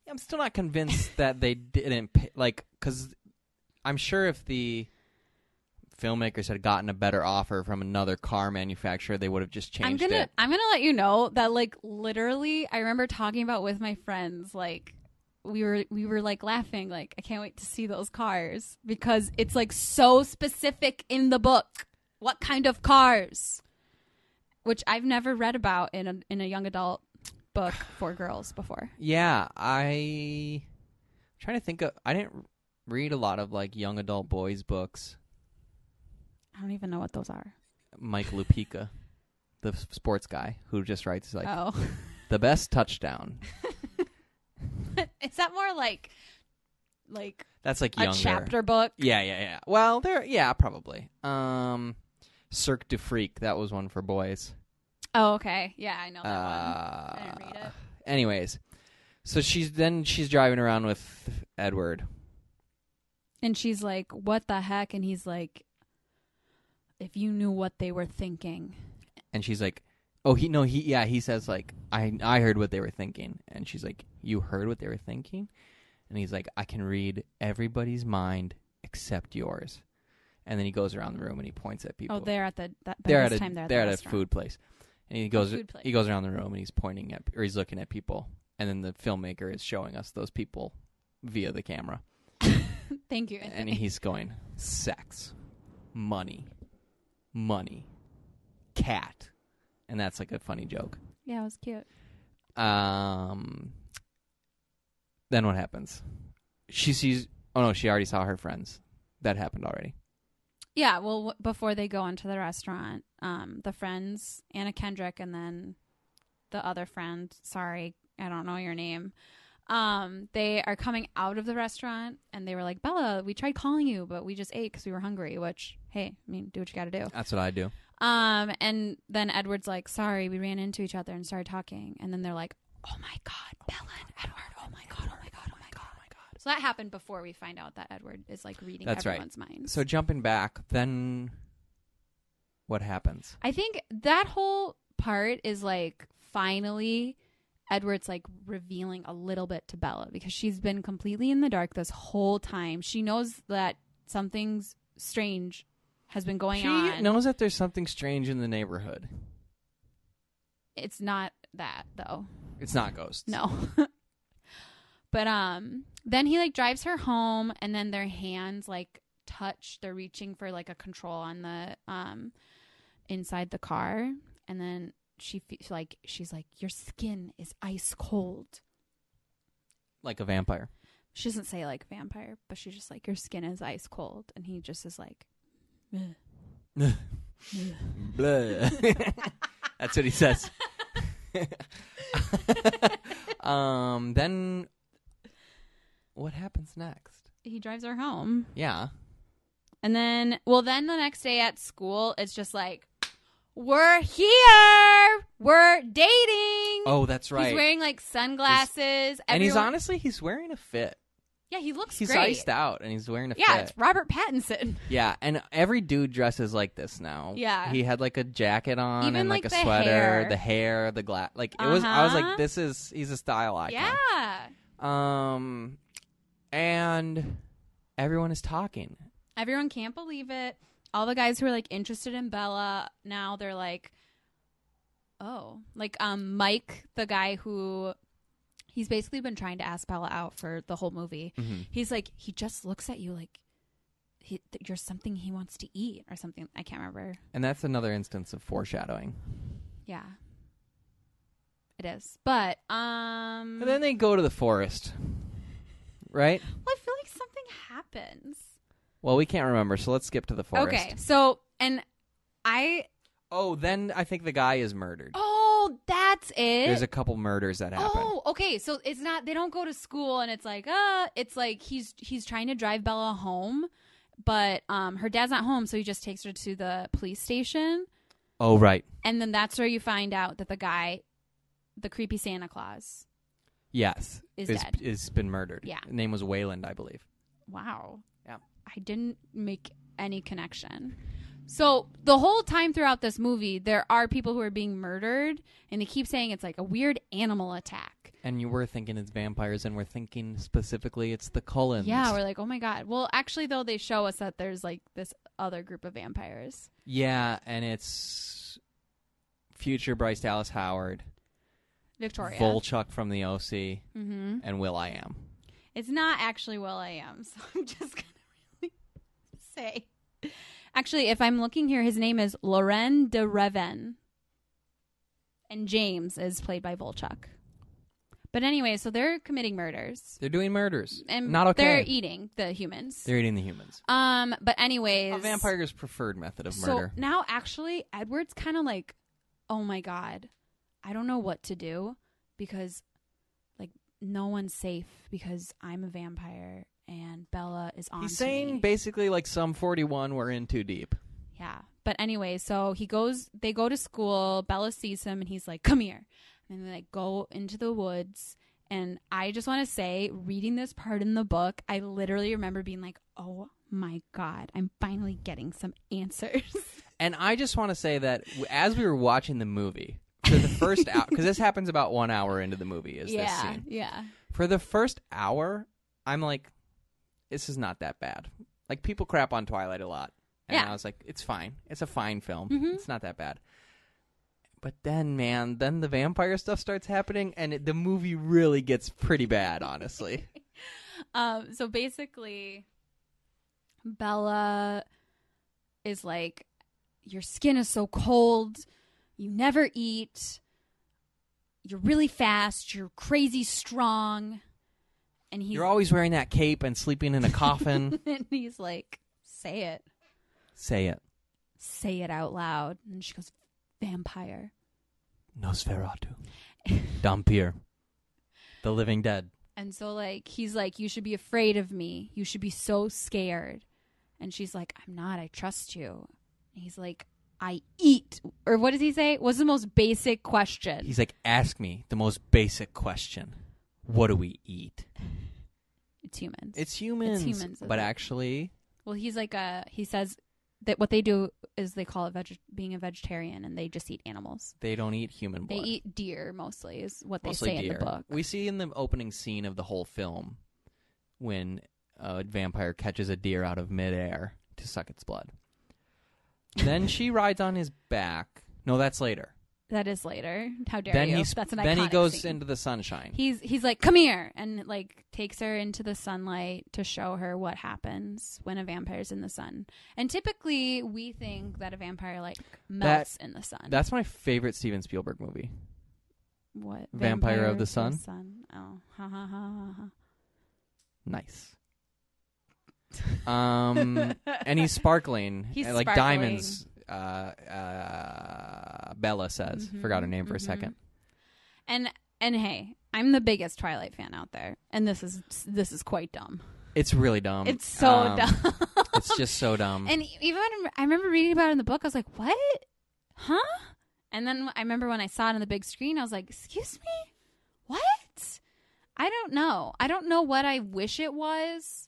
S1: I'm still not convinced that they didn't pay, like because I'm sure if the filmmakers had gotten a better offer from another car manufacturer, they would have just
S2: I'm
S1: changed
S2: gonna
S1: it.
S2: I'm gonna let you know that like literally I remember talking about with my friends like we were we were like laughing like I can't wait to see those cars because it's like so specific in the book what kind of cars which I've never read about in a in a young adult book for girls before.
S1: Yeah, I I'm trying to think of I didn't read a lot of like young adult boys books.
S2: I don't even know what those are.
S1: Mike Lupica, the s- sports guy who just writes like
S2: oh.
S1: the best touchdown.
S2: Is that more like like
S1: That's like
S2: a
S1: younger.
S2: chapter book?
S1: Yeah, yeah, yeah. Well, there yeah, probably. Um Cirque du Freak, that was one for boys.
S2: Oh okay. Yeah, I know that one.
S1: Uh,
S2: I didn't read it.
S1: Anyways, so she's then she's driving around with Edward.
S2: And she's like, What the heck? And he's like, If you knew what they were thinking.
S1: and she's like oh he no he yeah he says like i i heard what they were thinking and she's like you heard what they were thinking and he's like i can read everybody's mind except yours and then he goes around the room and he points at people
S2: Oh, they're at the that, by
S1: They're at
S2: this
S1: a
S2: time they're at,
S1: they're
S2: the
S1: at a
S2: restaurant.
S1: food place and he goes
S2: food place.
S1: he goes around the room and he's pointing at or he's looking at people and then the filmmaker is showing us those people via the camera
S2: Thank you.
S1: and
S2: Anthony.
S1: he's going sex money money cat and that's like a funny joke
S2: yeah, it was cute.
S1: Um, then what happens? She sees. Oh no, she already saw her friends. That happened already.
S2: Yeah, well, w- before they go into the restaurant, um, the friends, Anna Kendrick, and then the other friend, sorry, I don't know your name, um, they are coming out of the restaurant and they were like, Bella, we tried calling you, but we just ate because we were hungry, which, hey, I mean, do what you got to do.
S1: That's what I do.
S2: Um, and then Edward's like, "Sorry, we ran into each other and started talking." And then they're like, "Oh my god, Bella and Edward! Oh my god! Oh my god! Oh my god! Oh my god!" So that happened before we find out that Edward is like reading
S1: That's right.
S2: everyone's mind.
S1: So jumping back, then what happens?
S2: I think that whole part is like finally Edward's like revealing a little bit to Bella because she's been completely in the dark this whole time. She knows that something's strange has been going
S1: she
S2: on.
S1: knows that there's something strange in the neighborhood.
S2: It's not that though.
S1: It's not ghosts.
S2: No. but um then he like drives her home and then their hands like touch. They're reaching for like a control on the um inside the car and then she fe- like she's like your skin is ice cold.
S1: like a vampire.
S2: She doesn't say like vampire, but she's just like your skin is ice cold and he just is like "Ugh."
S1: Bleh. That's what he says. um. Then what happens next?
S2: he drives her home.
S1: Yeah.
S2: And then, well, then the next day at school, it's just like, we're here, we're dating. wearing.
S1: Oh, that's right.
S2: He's wearing like sunglasses.
S1: and he's
S2: Everyone-
S1: honestly, he's wearing a fit.
S2: Yeah, he looks
S1: he's
S2: great.
S1: iced out and he's wearing a
S2: yeah,
S1: fit.
S2: it's Robert Pattinson.
S1: Yeah, and every dude dresses like this now.
S2: Yeah.
S1: he had like a jacket on
S2: Even,
S1: and like,
S2: like,
S1: a
S2: the
S1: sweater,
S2: hair.
S1: the hair, the glass. Like it was, I was
S2: Uh-huh.
S1: like, this is he's a style icon.
S2: Yeah,
S1: Yeah. Um, and everyone is talking.
S2: everyone can't believe it. All the guys who are like interested in Bella now, they're like, oh, like um Mike, the guy who. He's basically been trying to ask Bella out for the whole movie.
S1: Mm-hmm.
S2: He's like, he just looks at you like he, th- you're something he wants to eat or something. I can't remember.
S1: And that's another instance of foreshadowing.
S2: Mm-hmm. Yeah. It is. But um
S1: And then they go to the forest, right?
S2: well, I feel like something happens.
S1: Well, we can't remember, so let's skip to the forest.
S2: Okay. So and I
S1: Oh, then I think the guy is murdered.
S2: oh, that's
S1: There's
S2: it.
S1: a couple murders that happen.
S2: Oh, okay. So it's not they don't go to school and it's like, uh, it's like he's he's trying to drive Bella home, but um her dad's not home, so he just takes her to the police station.
S1: Oh, right.
S2: And then that's where you find out that the guy the creepy Santa Claus.
S1: Yes.
S2: Is
S1: is,
S2: dead.
S1: is been murdered.
S2: Yeah.
S1: His name was Wayland, I believe.
S2: Wow.
S1: Yeah.
S2: I didn't make any connection. So the whole time throughout this movie, there are people who are being murdered, and they keep saying it's like a weird animal attack.
S1: And you were thinking it's vampires, and we're thinking specifically it's the Cullens.
S2: Yeah, we're like, oh my god. Well, actually, though, they show us that there's like this other group of vampires.
S1: yeah, and it's future Bryce Dallas Howard,
S2: Victoria.
S1: Volchuk from the OC,
S2: hmm
S1: and Will I Am.
S2: It's not actually Will I Am, so I'm just gonna really say. Actually, if I'm looking here, his name is Loren de Reven, and James is played by Volchuk. But anyway, so they're committing murders,
S1: They're doing murders.
S2: and
S1: Not okay.
S2: They're e eating the humans.
S1: They're eating the humans.
S2: um, but anyways,
S1: A vampire's preferred method of
S2: so
S1: murder.
S2: now, actually, Edward's kind of like, oh my god, I don't know what to do because, like, no one's safe because I'm a vampire and Bella is on.
S1: He's
S2: to
S1: saying
S2: me."
S1: basically like some 41 we're in too deep.
S2: yeah. But anyway, so he goes. They go to school. Bella sees him and he's like, come here. And then they like go into the woods. And I just want to say, reading this part in the book, I literally remember being like, oh my god, I'm finally getting some answers.
S1: And I just want to say that w- as we were watching the movie, for the first hour, because this happens about one hour into the movie, is this
S2: yeah,
S1: scene.
S2: yeah.
S1: For the first hour, I'm like, this is not that bad. Like, people crap on Twilight a lot. And
S2: Yeah.
S1: I was like, it's fine. It's a fine film.
S2: Mhm.
S1: It's not that bad. But then, man, then the vampire stuff starts happening, and it, the movie really gets pretty bad, honestly.
S2: Um, so basically, Bella is like, Your skin is so cold. You never eat. You're really fast. You're crazy strong. And he's,
S1: You're always wearing that cape and sleeping in a coffin.
S2: and he's like, Say it.
S1: Say it.
S2: Say it out loud. And she goes, Vampire.
S1: Nosferatu. Dampier. The Living Dead.
S2: And so, like, he's like, You should be afraid of me. You should be so scared. And she's like, I'm not. I trust you. And he's like, I eat. Or what does he say? What's the most basic question?
S1: He's like, ask me the most basic question. What do we eat?
S2: it's humans.
S1: It's humans.
S2: humans, isn't
S1: but
S2: it?
S1: actually,
S2: well, he's like, a, he says that what they do is they call it veg- being a vegetarian and they just eat animals.
S1: they don't eat human
S2: They
S1: blood.
S2: eat deer mostly, is what
S1: Mostly
S2: they say
S1: deer.
S2: in the book.
S1: We see in the opening scene of the whole film when a vampire catches a deer out of midair to suck its blood. then she rides on his back. No, that's later.
S2: that is later. How dare
S1: then
S2: you?
S1: he sp-
S2: That's an
S1: then he
S2: iconic
S1: goes
S2: scene.
S1: into the sunshine.
S2: he's he's like come here and like takes her into the sunlight to show her what happens when a vampire's in the sun and typically we think that a vampire like melts in the sun
S1: That's my favorite Steven Spielberg movie.
S2: what
S1: Vampire of the Sun?
S2: oh ha ha ha, ha
S1: Nice. Um, and he's sparkling,
S2: He's
S1: uh, like
S2: sparkling.
S1: diamonds. Uh, uh, Bella says,
S2: Mhm,
S1: forgot her name for a
S2: mhm.
S1: second.
S2: and and hey i'm the biggest twilight fan out there and this is this is quite dumb
S1: It's really dumb.
S2: it's so
S1: Um,
S2: dumb
S1: it's just so dumb.
S2: e, and even i remember reading about it in the book i was like what huh And then I remember when I saw it on the big screen, I was like, "Excuse me, what?" I don't know. I don't know what I wish it was,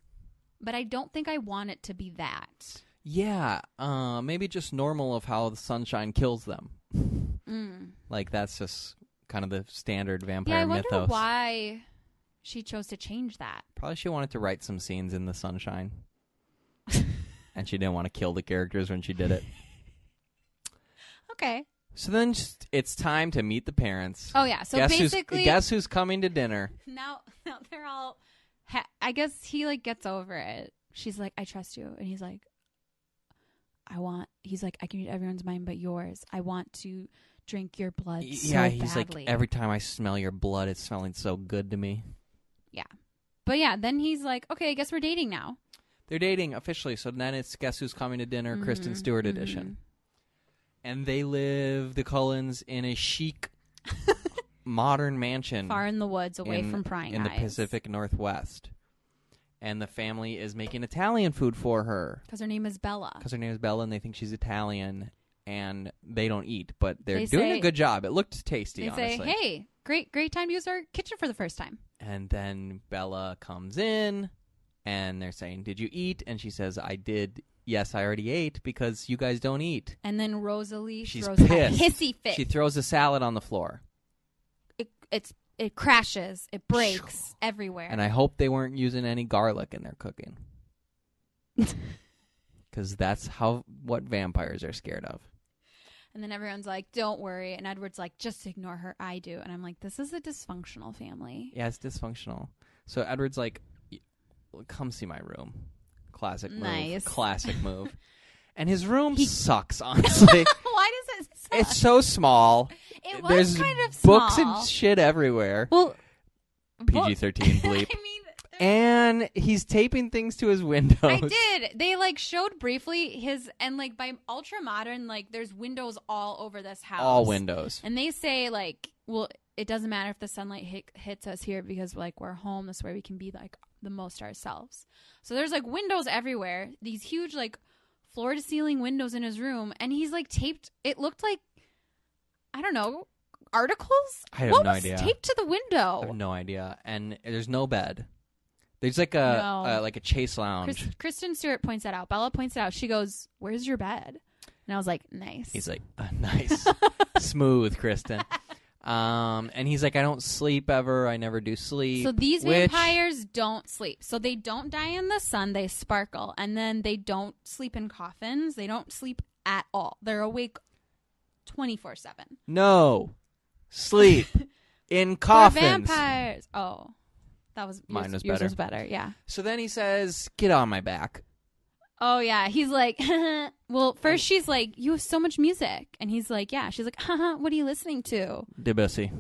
S2: but I don't think I want it to be that.
S1: Yeah, uh, maybe just normal of how the sunshine kills them.
S2: Mm.
S1: Like that's just kind of the standard vampire
S2: Yeah, I wonder
S1: mythos.
S2: why she chose to change that.
S1: Probably she wanted to write some scenes in the sunshine, and she didn't want to kill the characters when she did it.
S2: Okay.
S1: So then just, it's time to meet the parents.
S2: Oh yeah. So
S1: guess
S2: basically,
S1: who's, guess who's coming to dinner?
S2: now now they're all. Ha- I guess he like gets over it. She's like, "I trust you," and he's like, "I want." He's like, "I can read everyone's mind but yours. I want to drink your blood."
S1: Y-
S2: so
S1: yeah, he's
S2: badly."
S1: like every time I smell your blood, it's smelling so good to me.
S2: But yeah, then he's like, "Okay, I guess we're dating now."
S1: They're dating officially, so then it's guess who's coming to dinner, Kristen
S2: Mhm,
S1: Stewart
S2: mhm.
S1: edition. And they live the Cullens in a chic modern mansion
S2: Far in the woods, away
S1: in-
S2: from prying
S1: in the
S2: eyes.
S1: Pacific Northwest. And the family is making Italian food for her
S2: Because her name is Bella.
S1: because her name is Bella, and they think she's Italian. And they don't eat, but they're
S2: They
S1: doing
S2: say-
S1: a good job. It looked tasty,
S2: They
S1: honestly.
S2: say, "Hey, great, great time to use our kitchen for the first time."
S1: And then Bella comes in and they're saying, Did you eat? And she says, I did. Yes, I already ate because you guys don't eat.
S2: And then Rosalie
S1: She's
S2: throws a
S1: pissed.
S2: hissy fit.
S1: She throws a salad on the floor.
S2: it it's it crashes, it breaks everywhere.
S1: And I hope they weren't using any garlic in their cooking. Because that's how what vampires are scared of.
S2: and then everyone's like, "Don't worry." And Edward's like, "Just ignore her. I do." And I'm like, "This is a dysfunctional family."
S1: Yeah, it's dysfunctional. So Edward's like, "Y- Come see my room. Classic move.
S2: Nice.
S1: Classic move. and his room
S2: He-
S1: sucks, honestly.
S2: Why does it? Suck?
S1: it's so small.
S2: it was
S1: there's
S2: kind of small.
S1: books and shit everywhere.
S2: well,
S1: PG thirteen
S2: I mean.
S1: bleep.
S2: there's-
S1: and he's taping things to his windows.
S2: I did. They like showed briefly his and like by ultra modern, like there's windows all over this house.
S1: All windows.
S2: And they say like, well, it doesn't matter if the sunlight hit, hits us here because like we're home. This way we can be like the most ourselves. So there's like windows everywhere. These huge like floor to ceiling windows in his room, and he's like taped. It looked like I don't know articles.
S1: I have
S2: what
S1: no
S2: was
S1: idea.
S2: taped to the
S1: I have
S2: window?
S1: no idea. And there's no bed. There's like a
S2: No.
S1: uh, like a chase lounge.
S2: Chris, Kristen Stewart points that out. Bella points it out. She goes, "Where's your bed?" And I was like, "Nice."
S1: He's like, uh, nice, smooth, Kristen. Um, and he's like, I don't sleep ever. I never do sleep.
S2: So these
S1: which-
S2: vampires don't sleep. So they don't die in the sun, they sparkle. And then they don't sleep in coffins. They don't sleep at all. They're awake 24/7.
S1: No, sleep in
S2: They're
S1: coffins.
S2: vampires. Oh. That was
S1: Mine
S2: yours,
S1: was
S2: yours
S1: better.
S2: was better. Yeah.
S1: So then he says, "Get on my back."
S2: Oh yeah, he's like Well, first she's like, "You have so much music." And he's like, "Yeah." She's like, "Haha, what are you listening to?"
S1: Debussy,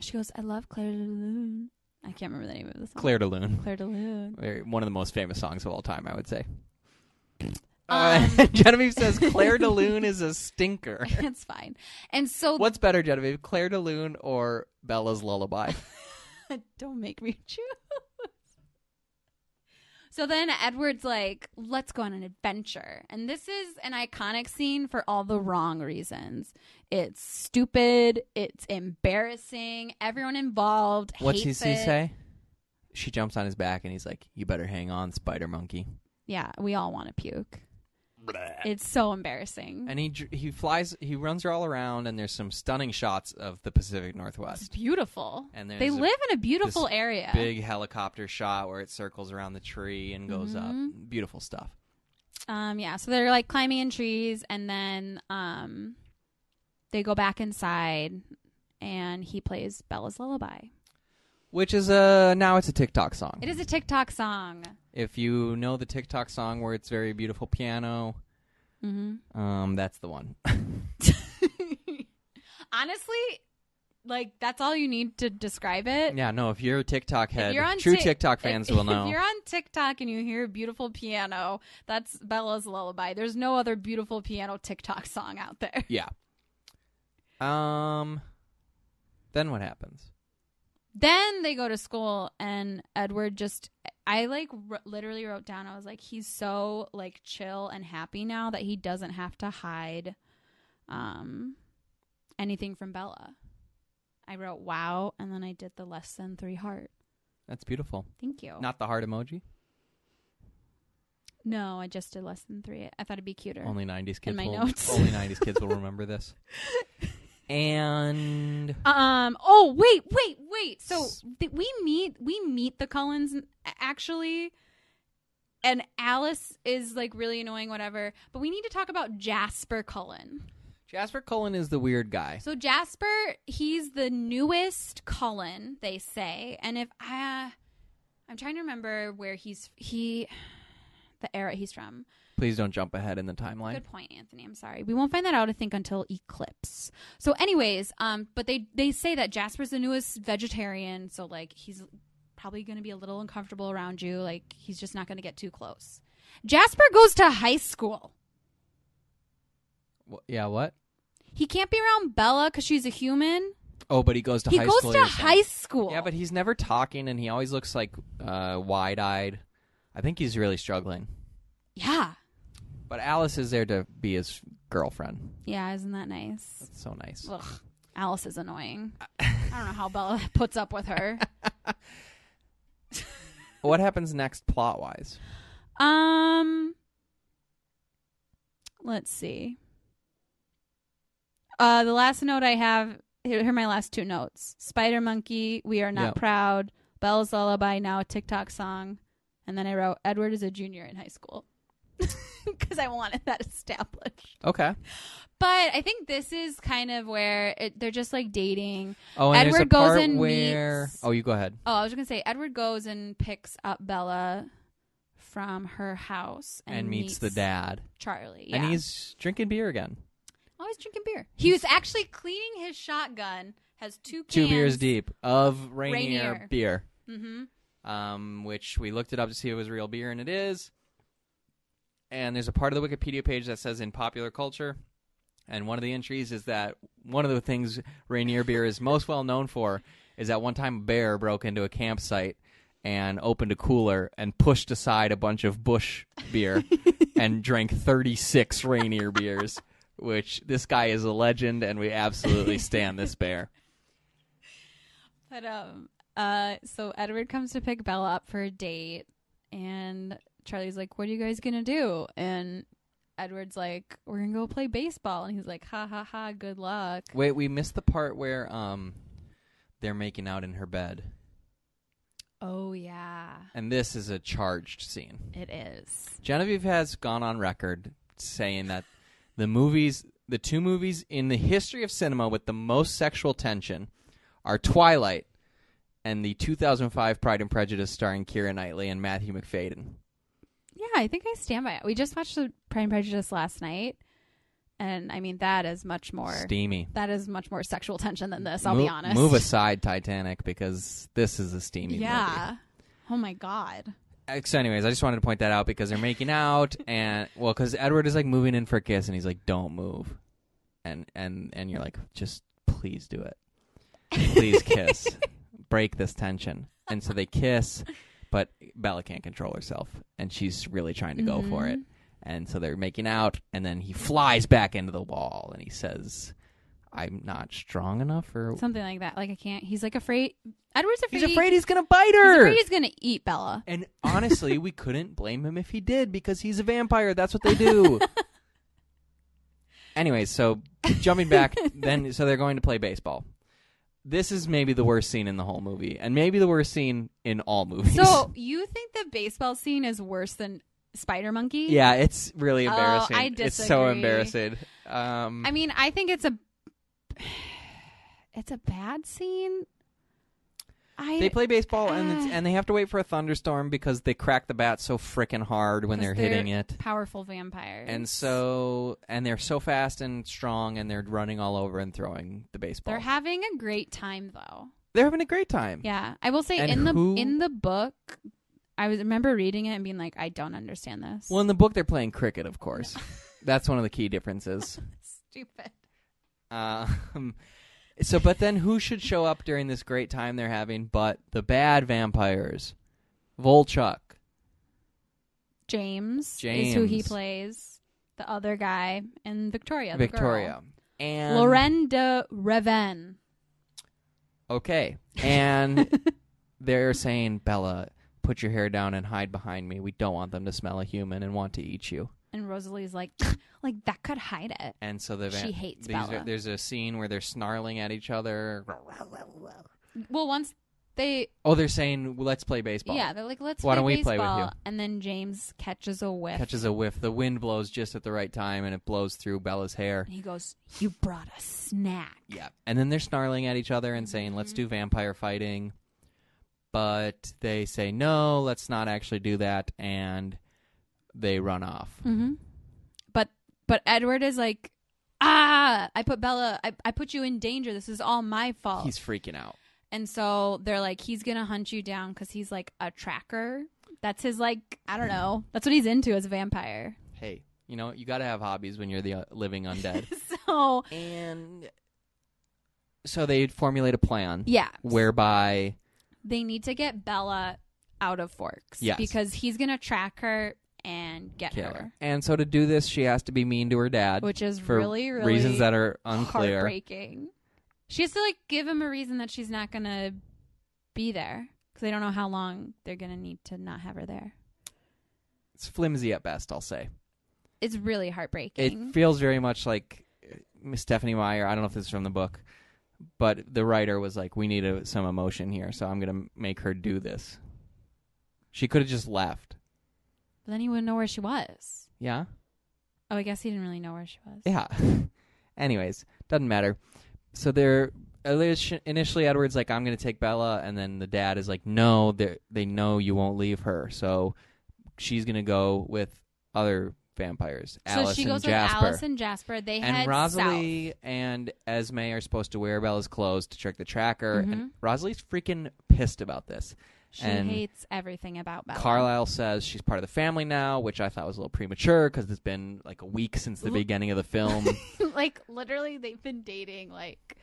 S2: She goes, "I love Claire de Lune." I can't remember the name of the song.
S1: Claire de Lune.
S2: Claire de Lune.
S1: Very- one of the most famous songs of all time, I would say. uh,
S2: Um.
S1: Genevieve says Claire de Lune is a stinker.
S2: it's fine. And so
S1: What's better, Genevieve, Claire de Lune or Bella's Lullaby?
S2: Don't make me choose. So then Edward's like, let's go on an adventure. And this is an iconic scene for all the wrong reasons. It's stupid, it's embarrassing, everyone involved.
S1: What's he
S2: hates
S1: he
S2: it.
S1: say? She jumps on his back and he's like, "You better hang on, Spider Monkey."
S2: Yeah, we all want to puke. It's so embarrassing.
S1: And he dr- he flies, he runs her all around, and there's some stunning shots of the Pacific
S2: It's
S1: Northwest.
S2: beautiful.
S1: And
S2: They
S1: there's a
S2: live in a beautiful
S1: this
S2: area.
S1: Big helicopter shot where it circles around the tree and goes
S2: Mm-hmm.
S1: up. Beautiful stuff.
S2: Um, yeah, so they're like climbing in trees, and then um, they go back inside, and he plays Bella's Lullaby.
S1: Which is a now it's a TikTok song.
S2: It is a TikTok song.
S1: If you know the TikTok song where it's very beautiful piano,
S2: Mm-hmm.
S1: um, that's the one.
S2: Honestly, like that's all you need to describe it.
S1: yeah, no, if you're a TikTok head,
S2: you're on
S1: true
S2: Tik-
S1: TikTok fans
S2: if,
S1: will know.
S2: If you're on TikTok and you hear beautiful piano, that's Bella's lullaby. There's no other beautiful piano TikTok song out there.
S1: yeah. Um, then what happens?
S2: Then they go to school, and Edward just. I like r- literally wrote down. I was like, he's so like chill and happy now that he doesn't have to hide, um, anything from Bella. I wrote wow, and then I did the less than three heart.
S1: That's beautiful.
S2: Thank you.
S1: Not the heart emoji.
S2: no, I just did less than three. I thought it'd be cuter.
S1: Only '90s kids.
S2: In my
S1: will,
S2: notes.
S1: Only '90s kids will remember this. And
S2: Um. Oh, wait, wait, wait. So
S1: S-
S2: th- we meet we meet the Cullens n- actually, and Alice is like really annoying, whatever. But we need to talk about Jasper Cullen.
S1: Jasper Cullen is the weird guy.
S2: So Jasper, he's the newest Cullen, they say, and if I, I'm trying to remember where he's he, the era he's from.
S1: Please don't jump ahead in the timeline.
S2: Good point, Anthony. I'm sorry. We won't find that out I think until Eclipse. So anyways, um but they they say that Jasper's the newest vegetarian, so like he's probably going to be a little uncomfortable around you, like he's just not going to get too close. Jasper goes to high school.
S1: Wh- yeah, what?
S2: He can't be around Bella cuz she's a human.
S1: Oh, but he goes to
S2: he
S1: high
S2: goes
S1: school.
S2: to
S1: you're saying.
S2: high school.
S1: Yeah, but he's never talking, and he always looks like uh, wide-eyed. I think he's really struggling.
S2: Yeah.
S1: But Alice is there to be his girlfriend.
S2: Yeah, isn't that nice?
S1: So nice.
S2: Ugh. Alice is annoying. I don't know how Bella puts up with her.
S1: what happens next, plot-wise?
S2: Um, let's see. Uh, the last note I have here, here are my last two notes: Spider Monkey, We Are Not
S1: Yeah.
S2: Proud, Belle's Lullaby, now a TikTok song, and then I wrote Edward is a junior in high school because I wanted that established.
S1: Okay.
S2: But I think this is kind of where it, they're just like dating.
S1: Oh, and there's a
S2: Edward goes
S1: part
S2: and
S1: where.
S2: meets-
S1: Oh, you go ahead.
S2: Oh, I was gonna say Edward goes and picks up Bella from her house
S1: And, meets, the dad,
S2: Charlie, yeah.
S1: and he's drinking beer again,
S2: Always drinking beer. He was actually cleaning his shotgun. Has two cans.
S1: two beers deep of Rainier,
S2: Rainier.
S1: beer,
S2: Mm-hmm.
S1: um, which we looked it up to see if it was real beer, and it is. And there's a part of the Wikipedia page that says in popular culture, and one of the entries is that one of the things Rainier beer is most well known for is that one time a bear broke into a campsite and opened a cooler and pushed aside a bunch of bush beer and drank 36 Rainier beers, which this guy is a legend and we absolutely stand this bear.
S2: But um, uh, so Edward comes to pick Bella up for a date, and Charlie's like, "What are you guys gonna do?" And Edward's like, "We're gonna go play baseball," and he's like, "Ha ha ha! Good luck."
S1: Wait, we missed the part where um they're making out in her bed.
S2: Oh yeah,
S1: And this is a charged scene.
S2: it is.
S1: Genevieve has gone on record saying that the movies, the two movies in the history of cinema with the most sexual tension are Twilight and the 2005 Pride and Prejudice starring Keira Knightley and Matthew McFadden.
S2: Yeah, I think I stand by it. We just watched the Pride and Prejudice last night, and I mean that is much more
S1: steamy.
S2: that is much more sexual tension than this. I'll
S1: Mo-
S2: be honest.
S1: Move aside Titanic because this is a steamy movie.
S2: Yeah. Oh my god.
S1: Uh, So, anyways, I just wanted to point that out because they're making out, and well, because Edward is like moving in for a kiss, and he's like, "Don't move," and and and you're like, "Just please do it, please kiss, break this tension." And so they kiss, but Bella can't control herself, and she's really trying to go for it.
S2: Mhm.
S1: And so they're making out, and then he flies back into the wall, and he says, "I'm not strong enough," or
S2: Something like that. Like I can't. He's like afraid. Edward's afraid.
S1: he's afraid he's gonna bite her.
S2: He's afraid he's gonna eat Bella.
S1: And honestly, we couldn't blame him if he did because he's a vampire. That's what they do. Anyways, so jumping back, then so they're going to play baseball. This is maybe the worst scene in the whole movie, and maybe the worst scene in all movies.
S2: So you think the baseball scene is worse than Spider Monkey?
S1: yeah, it's really
S2: Oh,
S1: embarrassing.
S2: I
S1: It's so
S2: disagree.
S1: embarrassing. Um,
S2: I mean, I think it's a it's a bad scene. I
S1: they play baseball and it's,
S2: Ah.
S1: and they have to wait for a thunderstorm because they crack the bat so frickin' hard when they're
S2: Because
S1: hitting it.
S2: powerful vampires.
S1: And so, and they're so fast and strong, and they're running all over and throwing the baseball.
S2: they're having a great time though.
S1: They're having a great time.
S2: Yeah, I will say
S1: And
S2: in the
S1: who-
S2: in the book, I was remember reading it and being like, I don't understand this.
S1: Well, in the book, they're playing cricket, of course. That's one of the key differences.
S2: stupid.
S1: um, so, but then who should show up during this great time they're having but the bad vampires? Volchuk.
S2: James, is who he
S1: James.
S2: plays. The other guy and Victoria. the girl.
S1: Victoria.
S2: Lorenda
S3: and
S2: Lorraine de Reven.
S1: Okay. And they're saying, Bella, put your hair down and hide behind me. We don't want them to smell a human and want to eat you.
S2: And Rosalie's like, like that could hide it.
S1: And so the van-
S2: She hates
S1: these are-
S2: Bella.
S1: there's a scene where they're snarling at each other.
S2: Well, once they,
S1: Oh, they're saying, "Let's play baseball."
S2: yeah, they're like, let's
S1: Why
S2: play
S1: don't we play
S2: baseball.
S1: with
S2: And then James catches a whiff.
S1: Catches a whiff. The wind blows just at the right time, and it blows through Bella's hair.
S2: and he goes, "You brought a snack."
S1: Yeah. And then they're snarling at each other and saying, "Let's
S2: Mm-hmm.
S1: do vampire fighting," but they say, "No, let's not actually do that," and they run off.
S2: Mm-hmm. But but Edward is like, ah, I put Bella, I, I put you in danger. This is all my fault.
S1: He's freaking out.
S2: and so they're like, he's gonna hunt you down because he's like a tracker. That's his like, I don't know. That's what he's into as a vampire.
S1: Hey, you know, you got to have hobbies when you're the uh, living undead.
S2: So
S1: and so they formulate a plan
S2: yeah,
S1: whereby
S2: they need to get Bella out of Forks.
S1: Yes.
S2: because he's gonna track her and get
S1: kill her.
S2: her,
S1: And so to do this, she has to be mean to her dad.
S2: which is
S1: for
S2: really really
S1: reasons that are unclear.
S2: heartbreaking. She has to like give him a reason that she's not gonna be there because they don't know how long they're gonna need to not have her there.
S1: It's flimsy at best, I'll say.
S2: It's really heartbreaking.
S1: It feels very much like uh, Miss Stephanie Meyer. I don't know if this is from the book, but the writer was like, "We need a, some emotion here, so I'm going to make her do this." She could have just left.
S2: but then he wouldn't know where she was.
S1: Yeah,
S2: Oh, I guess he didn't really know where she was.
S1: yeah. Anyways, doesn't matter. So they're initi- initially Edward's like, "I'm going to take Bella," and then the dad is like, "No, they they know you won't leave her, so she's going to go with other vampires, Alice
S2: so she
S1: and
S2: goes
S1: Jasper."
S2: with Alice and Jasper. They
S1: and
S2: head
S1: Rosalie and Esme are supposed to wear Bella's clothes to trick the tracker.
S2: Mhm.
S1: And Rosalie's freaking pissed about this.
S2: south. She
S1: and
S2: hates everything about Bella.
S1: Carlisle says she's part of the family now, which I thought was a little premature because it's been like a week since the
S2: L-
S1: beginning of the film,
S2: like literally, they've been dating like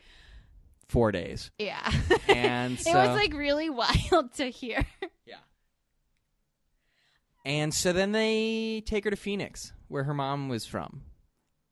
S1: four days.
S2: yeah.
S1: And so,
S2: it was like really wild to hear.
S1: and so then they take her to Phoenix, where her mom was from.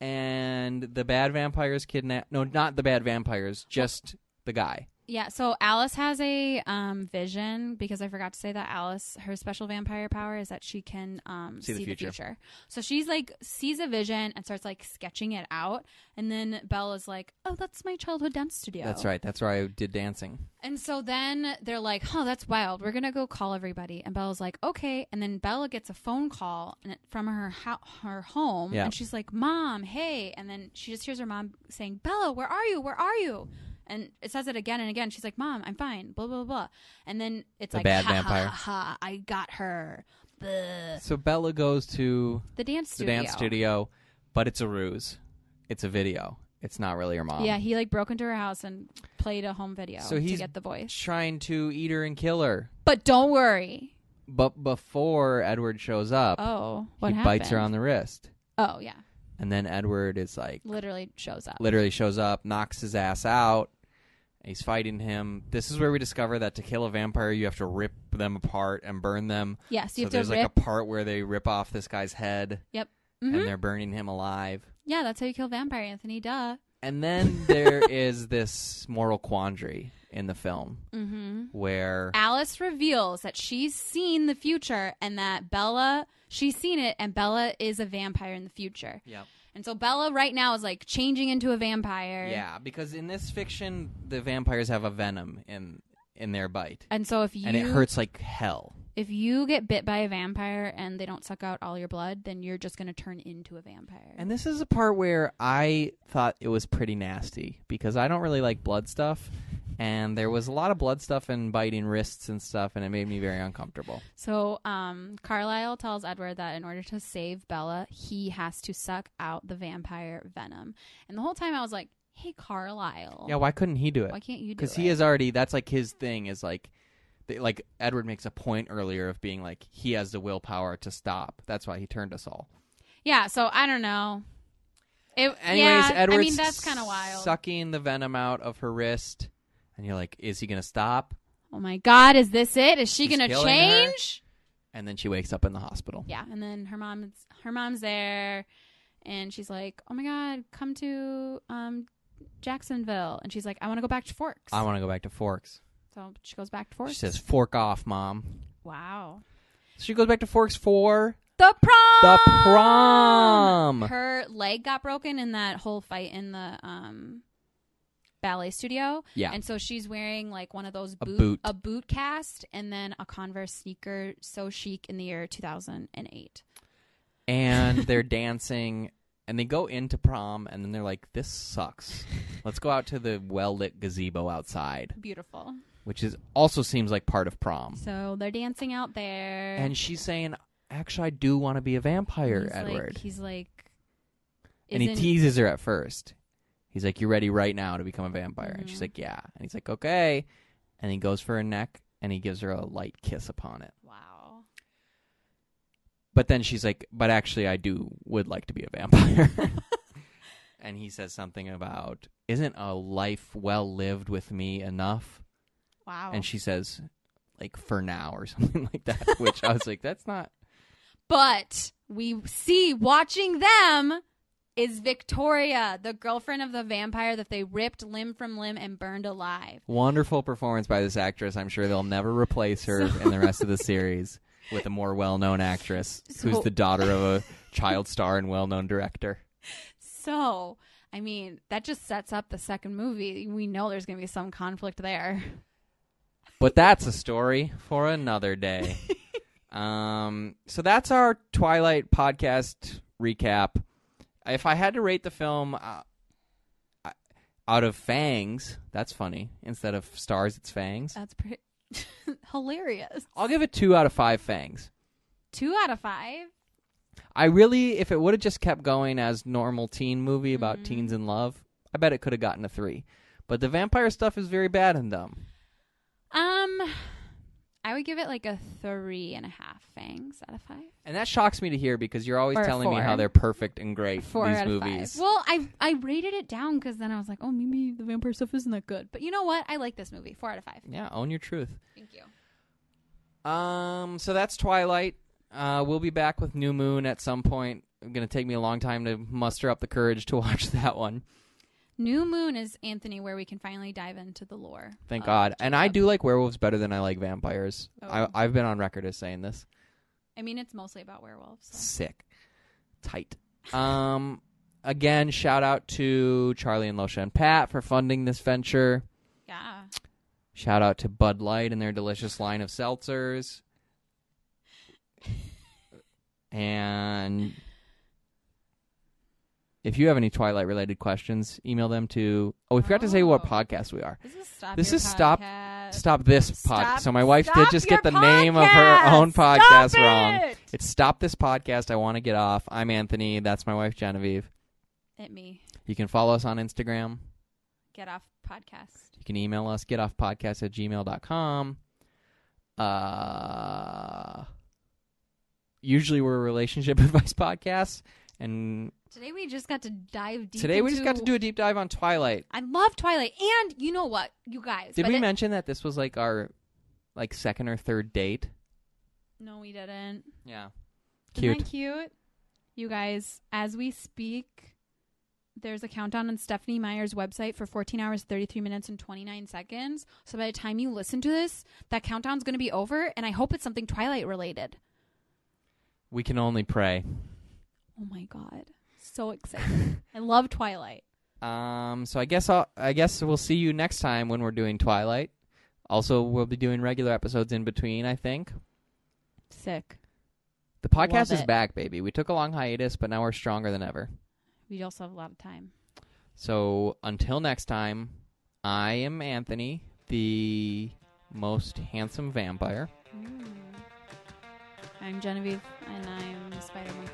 S1: And the bad vampires kidnap. No, not the bad vampires, just the guy.
S2: Yeah, so Alice has a um, vision because I forgot to say that Alice, her special vampire power is that she can um,
S1: See the future.
S2: So she's like sees a vision and starts like sketching it out, and then Bella's like, "Oh, that's my childhood dance studio."
S1: That's right. That's where I did dancing.
S2: And so then they're like, "Huh, that's wild. We're gonna go call everybody." And Bella's like, "Okay." And then Bella gets a phone call and it- from her ho- her home,
S1: Yeah.
S2: and she's like, "Mom, hey!" And then she just hears her mom saying, "Bella, where are you? Where are you?" And it says it again and again. She's like, "Mom, I'm fine." Blah blah blah. And then it's
S1: The
S2: like,
S1: bad
S2: ha, ha,
S1: vampire.
S2: Ha, ha, I got her. Bleh.
S1: So Bella goes to
S2: The dance
S1: the
S2: studio.
S1: dance studio, but it's a ruse. It's a video. It's not really her mom.
S2: Yeah, he like broke into her house and played a home video
S1: So
S2: to
S1: he's-
S2: get the voice.
S1: trying to eat her and kill her.
S2: But don't worry.
S1: But before Edward shows up,
S2: Oh,
S1: he
S2: what happened?
S1: bites her on the wrist.
S2: Oh yeah,
S1: And then Edward is like,
S2: literally shows up.
S1: literally shows up, knocks his ass out. He's fighting him. This is where we discover that to kill a vampire, you have to rip them apart and burn them.
S2: Yes, you
S1: so
S2: have to
S1: there's
S2: rip.
S1: like a part where they rip off this guy's head
S2: Mhm.
S1: and they're burning him alive.
S2: Yeah, that's how you kill vampire Anthony. Duh.
S1: And then there is this moral quandary in the film
S2: Mm-hmm.
S1: where
S2: Alice reveals that she's seen the future and that Bella, she's seen it, and Bella is a vampire in the future.
S1: Yep.
S2: And so Bella right now is like changing into a vampire.
S1: Yeah, because in this fiction, the vampires have a venom in in their bite,
S2: And so if Uh, you
S1: and it hurts like hell.
S2: if you get bit by a vampire and they don't suck out all your blood, then you're just gonna turn into a vampire.
S1: And this is a part where I thought it was pretty nasty because I don't really like blood stuff, and there was a lot of blood stuff and biting wrists and stuff, and it made me very uncomfortable.
S2: so um Carlisle tells Edward that in order to save Bella, he has to suck out the vampire venom. And the whole time I was like, Hey Carlisle.
S1: Yeah, why couldn't he do
S2: Why
S1: it?
S2: can't you do
S1: Because
S2: Because
S1: he is already that's like his thing is like. They, like Edward makes a point earlier of being like he has the willpower to stop. That's why he turned us all.
S2: Yeah, so I don't know. It,
S1: Anyways,
S2: yeah,
S1: Edward's
S2: I mean, that's kind of wild.
S1: Sucking the venom out of her wrist, and you're like, is he gonna stop?
S2: oh my God, is this it? Is she
S1: He's
S2: gonna
S1: killing her.
S2: change?
S1: And then she wakes up in the hospital.
S2: Yeah, and then her mom's her mom's there, and she's like, "Oh my god, come to um Jacksonville." And she's like, "I want to go back to Forks."
S1: I want to go back to Forks.
S2: so she goes back to Forks.
S1: She says, "Fork off, mom."
S2: "Wow,
S1: She goes back to Forks for
S2: the prom,
S1: the prom.
S2: Her leg got broken in that whole fight in the um ballet studio,
S1: yeah,
S2: and so she's wearing like one of those
S1: A
S2: boot,
S1: boot.
S2: a boot cast, and then a Converse sneaker, so chic in the year two thousand and eight.
S1: and they're dancing, and they go into prom, and then they're like, "This sucks. Let's go out to the well lit gazebo outside,"
S2: Beautiful.
S1: which is also seems like part of prom.
S2: So they're dancing out there,
S1: And she's saying, "Actually, I do want to be a vampire,
S2: he's
S1: Edward."
S2: Like, he's like,
S1: and he
S2: isn't-
S1: teases her at first. He's like, "You ready right now to become a vampire?" And she's
S2: Mhm.
S1: like, "Yeah." And he's like, "Okay." And he goes for her neck, and he gives her a light kiss upon it.
S2: wow.
S1: But then she's like, "But actually, I do would like to be a vampire." and he says something about, "Isn't a life well lived with me enough?"
S2: Wow.
S1: And she says, "Like for now" or something like that. Which I was like, "That's not."
S2: but we see watching them is Victoria, the girlfriend of the vampire that they ripped limb from limb and burned alive.
S1: Wonderful performance by this actress. I'm sure they'll never replace her
S2: So-
S1: in the rest of the series with a more well-known actress
S2: So-
S1: who's the daughter of a child star and well-known director.
S2: So, I mean, that just sets up the second movie. We know there's going to be some conflict there.
S1: But that's a story for another day. um, so that's our Twilight podcast recap. If I had to rate the film uh, I- out of fangs, that's funny. Instead of stars, it's fangs.
S2: That's pretty hilarious.
S1: I'll give it two out of five fangs.
S2: Two out of five.
S1: I really, if it would have just kept going as normal teen movie about
S2: Mhm.
S1: teens in love, I bet it could have gotten a three. But the vampire stuff is very bad and dumb.
S2: Um, I would give it like a three and a half fangs out of five.
S1: And that shocks me to hear because you're always
S2: Or a
S1: telling me
S2: four.
S1: how they're perfect and great
S2: four
S1: these
S2: out of
S1: movies.
S2: five. Well, I I rated it down because then I was like, oh, maybe the vampire stuff isn't that good. But you know what? I like this movie. Four out of five.
S1: Yeah, own your truth.
S2: Thank you.
S1: Um, so that's Twilight. Uh, we'll be back with New Moon at some point. It's gonna take me a long time to muster up the courage to watch that one.
S2: New Moon is Anthony, where we can finally dive into the lore. Uh,
S1: Thank
S2: of
S1: God. And I
S2: Jacob.
S1: do like werewolves better than I like vampires.
S2: Oh.
S1: I, I've been on record as saying this.
S2: I mean, it's mostly about werewolves. so.
S1: Sick. Tight. Um again, shout out to Charlie and Losha and Pat for funding this venture.
S2: Yeah.
S1: Shout out to Bud Light and their delicious line of seltzers. And if you have any Twilight related questions, email them to Oh, we forgot to say what
S2: Oh.
S1: podcast we are.
S2: This is stop.
S1: This
S2: your
S1: is Stop-
S2: podcast.
S1: Stop this
S2: Stop-
S1: podcast. So my wife did
S2: stop
S1: just
S2: your
S1: get the name of her
S2: podcast!
S1: own
S2: Stop
S1: podcast
S2: it!
S1: wrong. It's Stop This Podcast. I want to get off. I'm Anthony. That's my wife, Genevieve.
S2: Hit me.
S1: You can follow us on Instagram.
S2: Get off podcast.
S1: You can email us, getoffpodcast at gmail.com. Uh, usually we're a relationship advice podcast. And
S2: Today we just got to dive deep.
S1: today we just got to do a deep dive on Twilight.
S2: I love Twilight, and you know what, you guys.
S1: Did
S2: by
S1: we
S2: the-
S1: mention that this was like our like second or third date?
S2: No, we didn't.
S1: Yeah.
S2: Isn't
S1: Cute.
S2: that cute? You guys, as we speak, there's a countdown on Stephanie Meyer's website for 14 hours, 33 minutes, and 29 seconds. So by the time you listen to this, that countdown's going to be over, and I hope it's something Twilight related.
S1: We can only pray.
S2: Oh my God. So excited. I love Twilight.
S1: Um, so I guess I'll, I guess we'll see you next time when we're doing Twilight. Also, we'll be doing regular episodes in between. I think
S2: Sick.
S1: the podcast
S2: Love
S1: is
S2: it.
S1: back, baby. We took a long hiatus, but now we're stronger than ever.
S2: We also have a lot of time.
S1: So until next time, I am Anthony, the most handsome vampire.
S2: Mm. I'm Genevieve, and I'm Spider Monkey.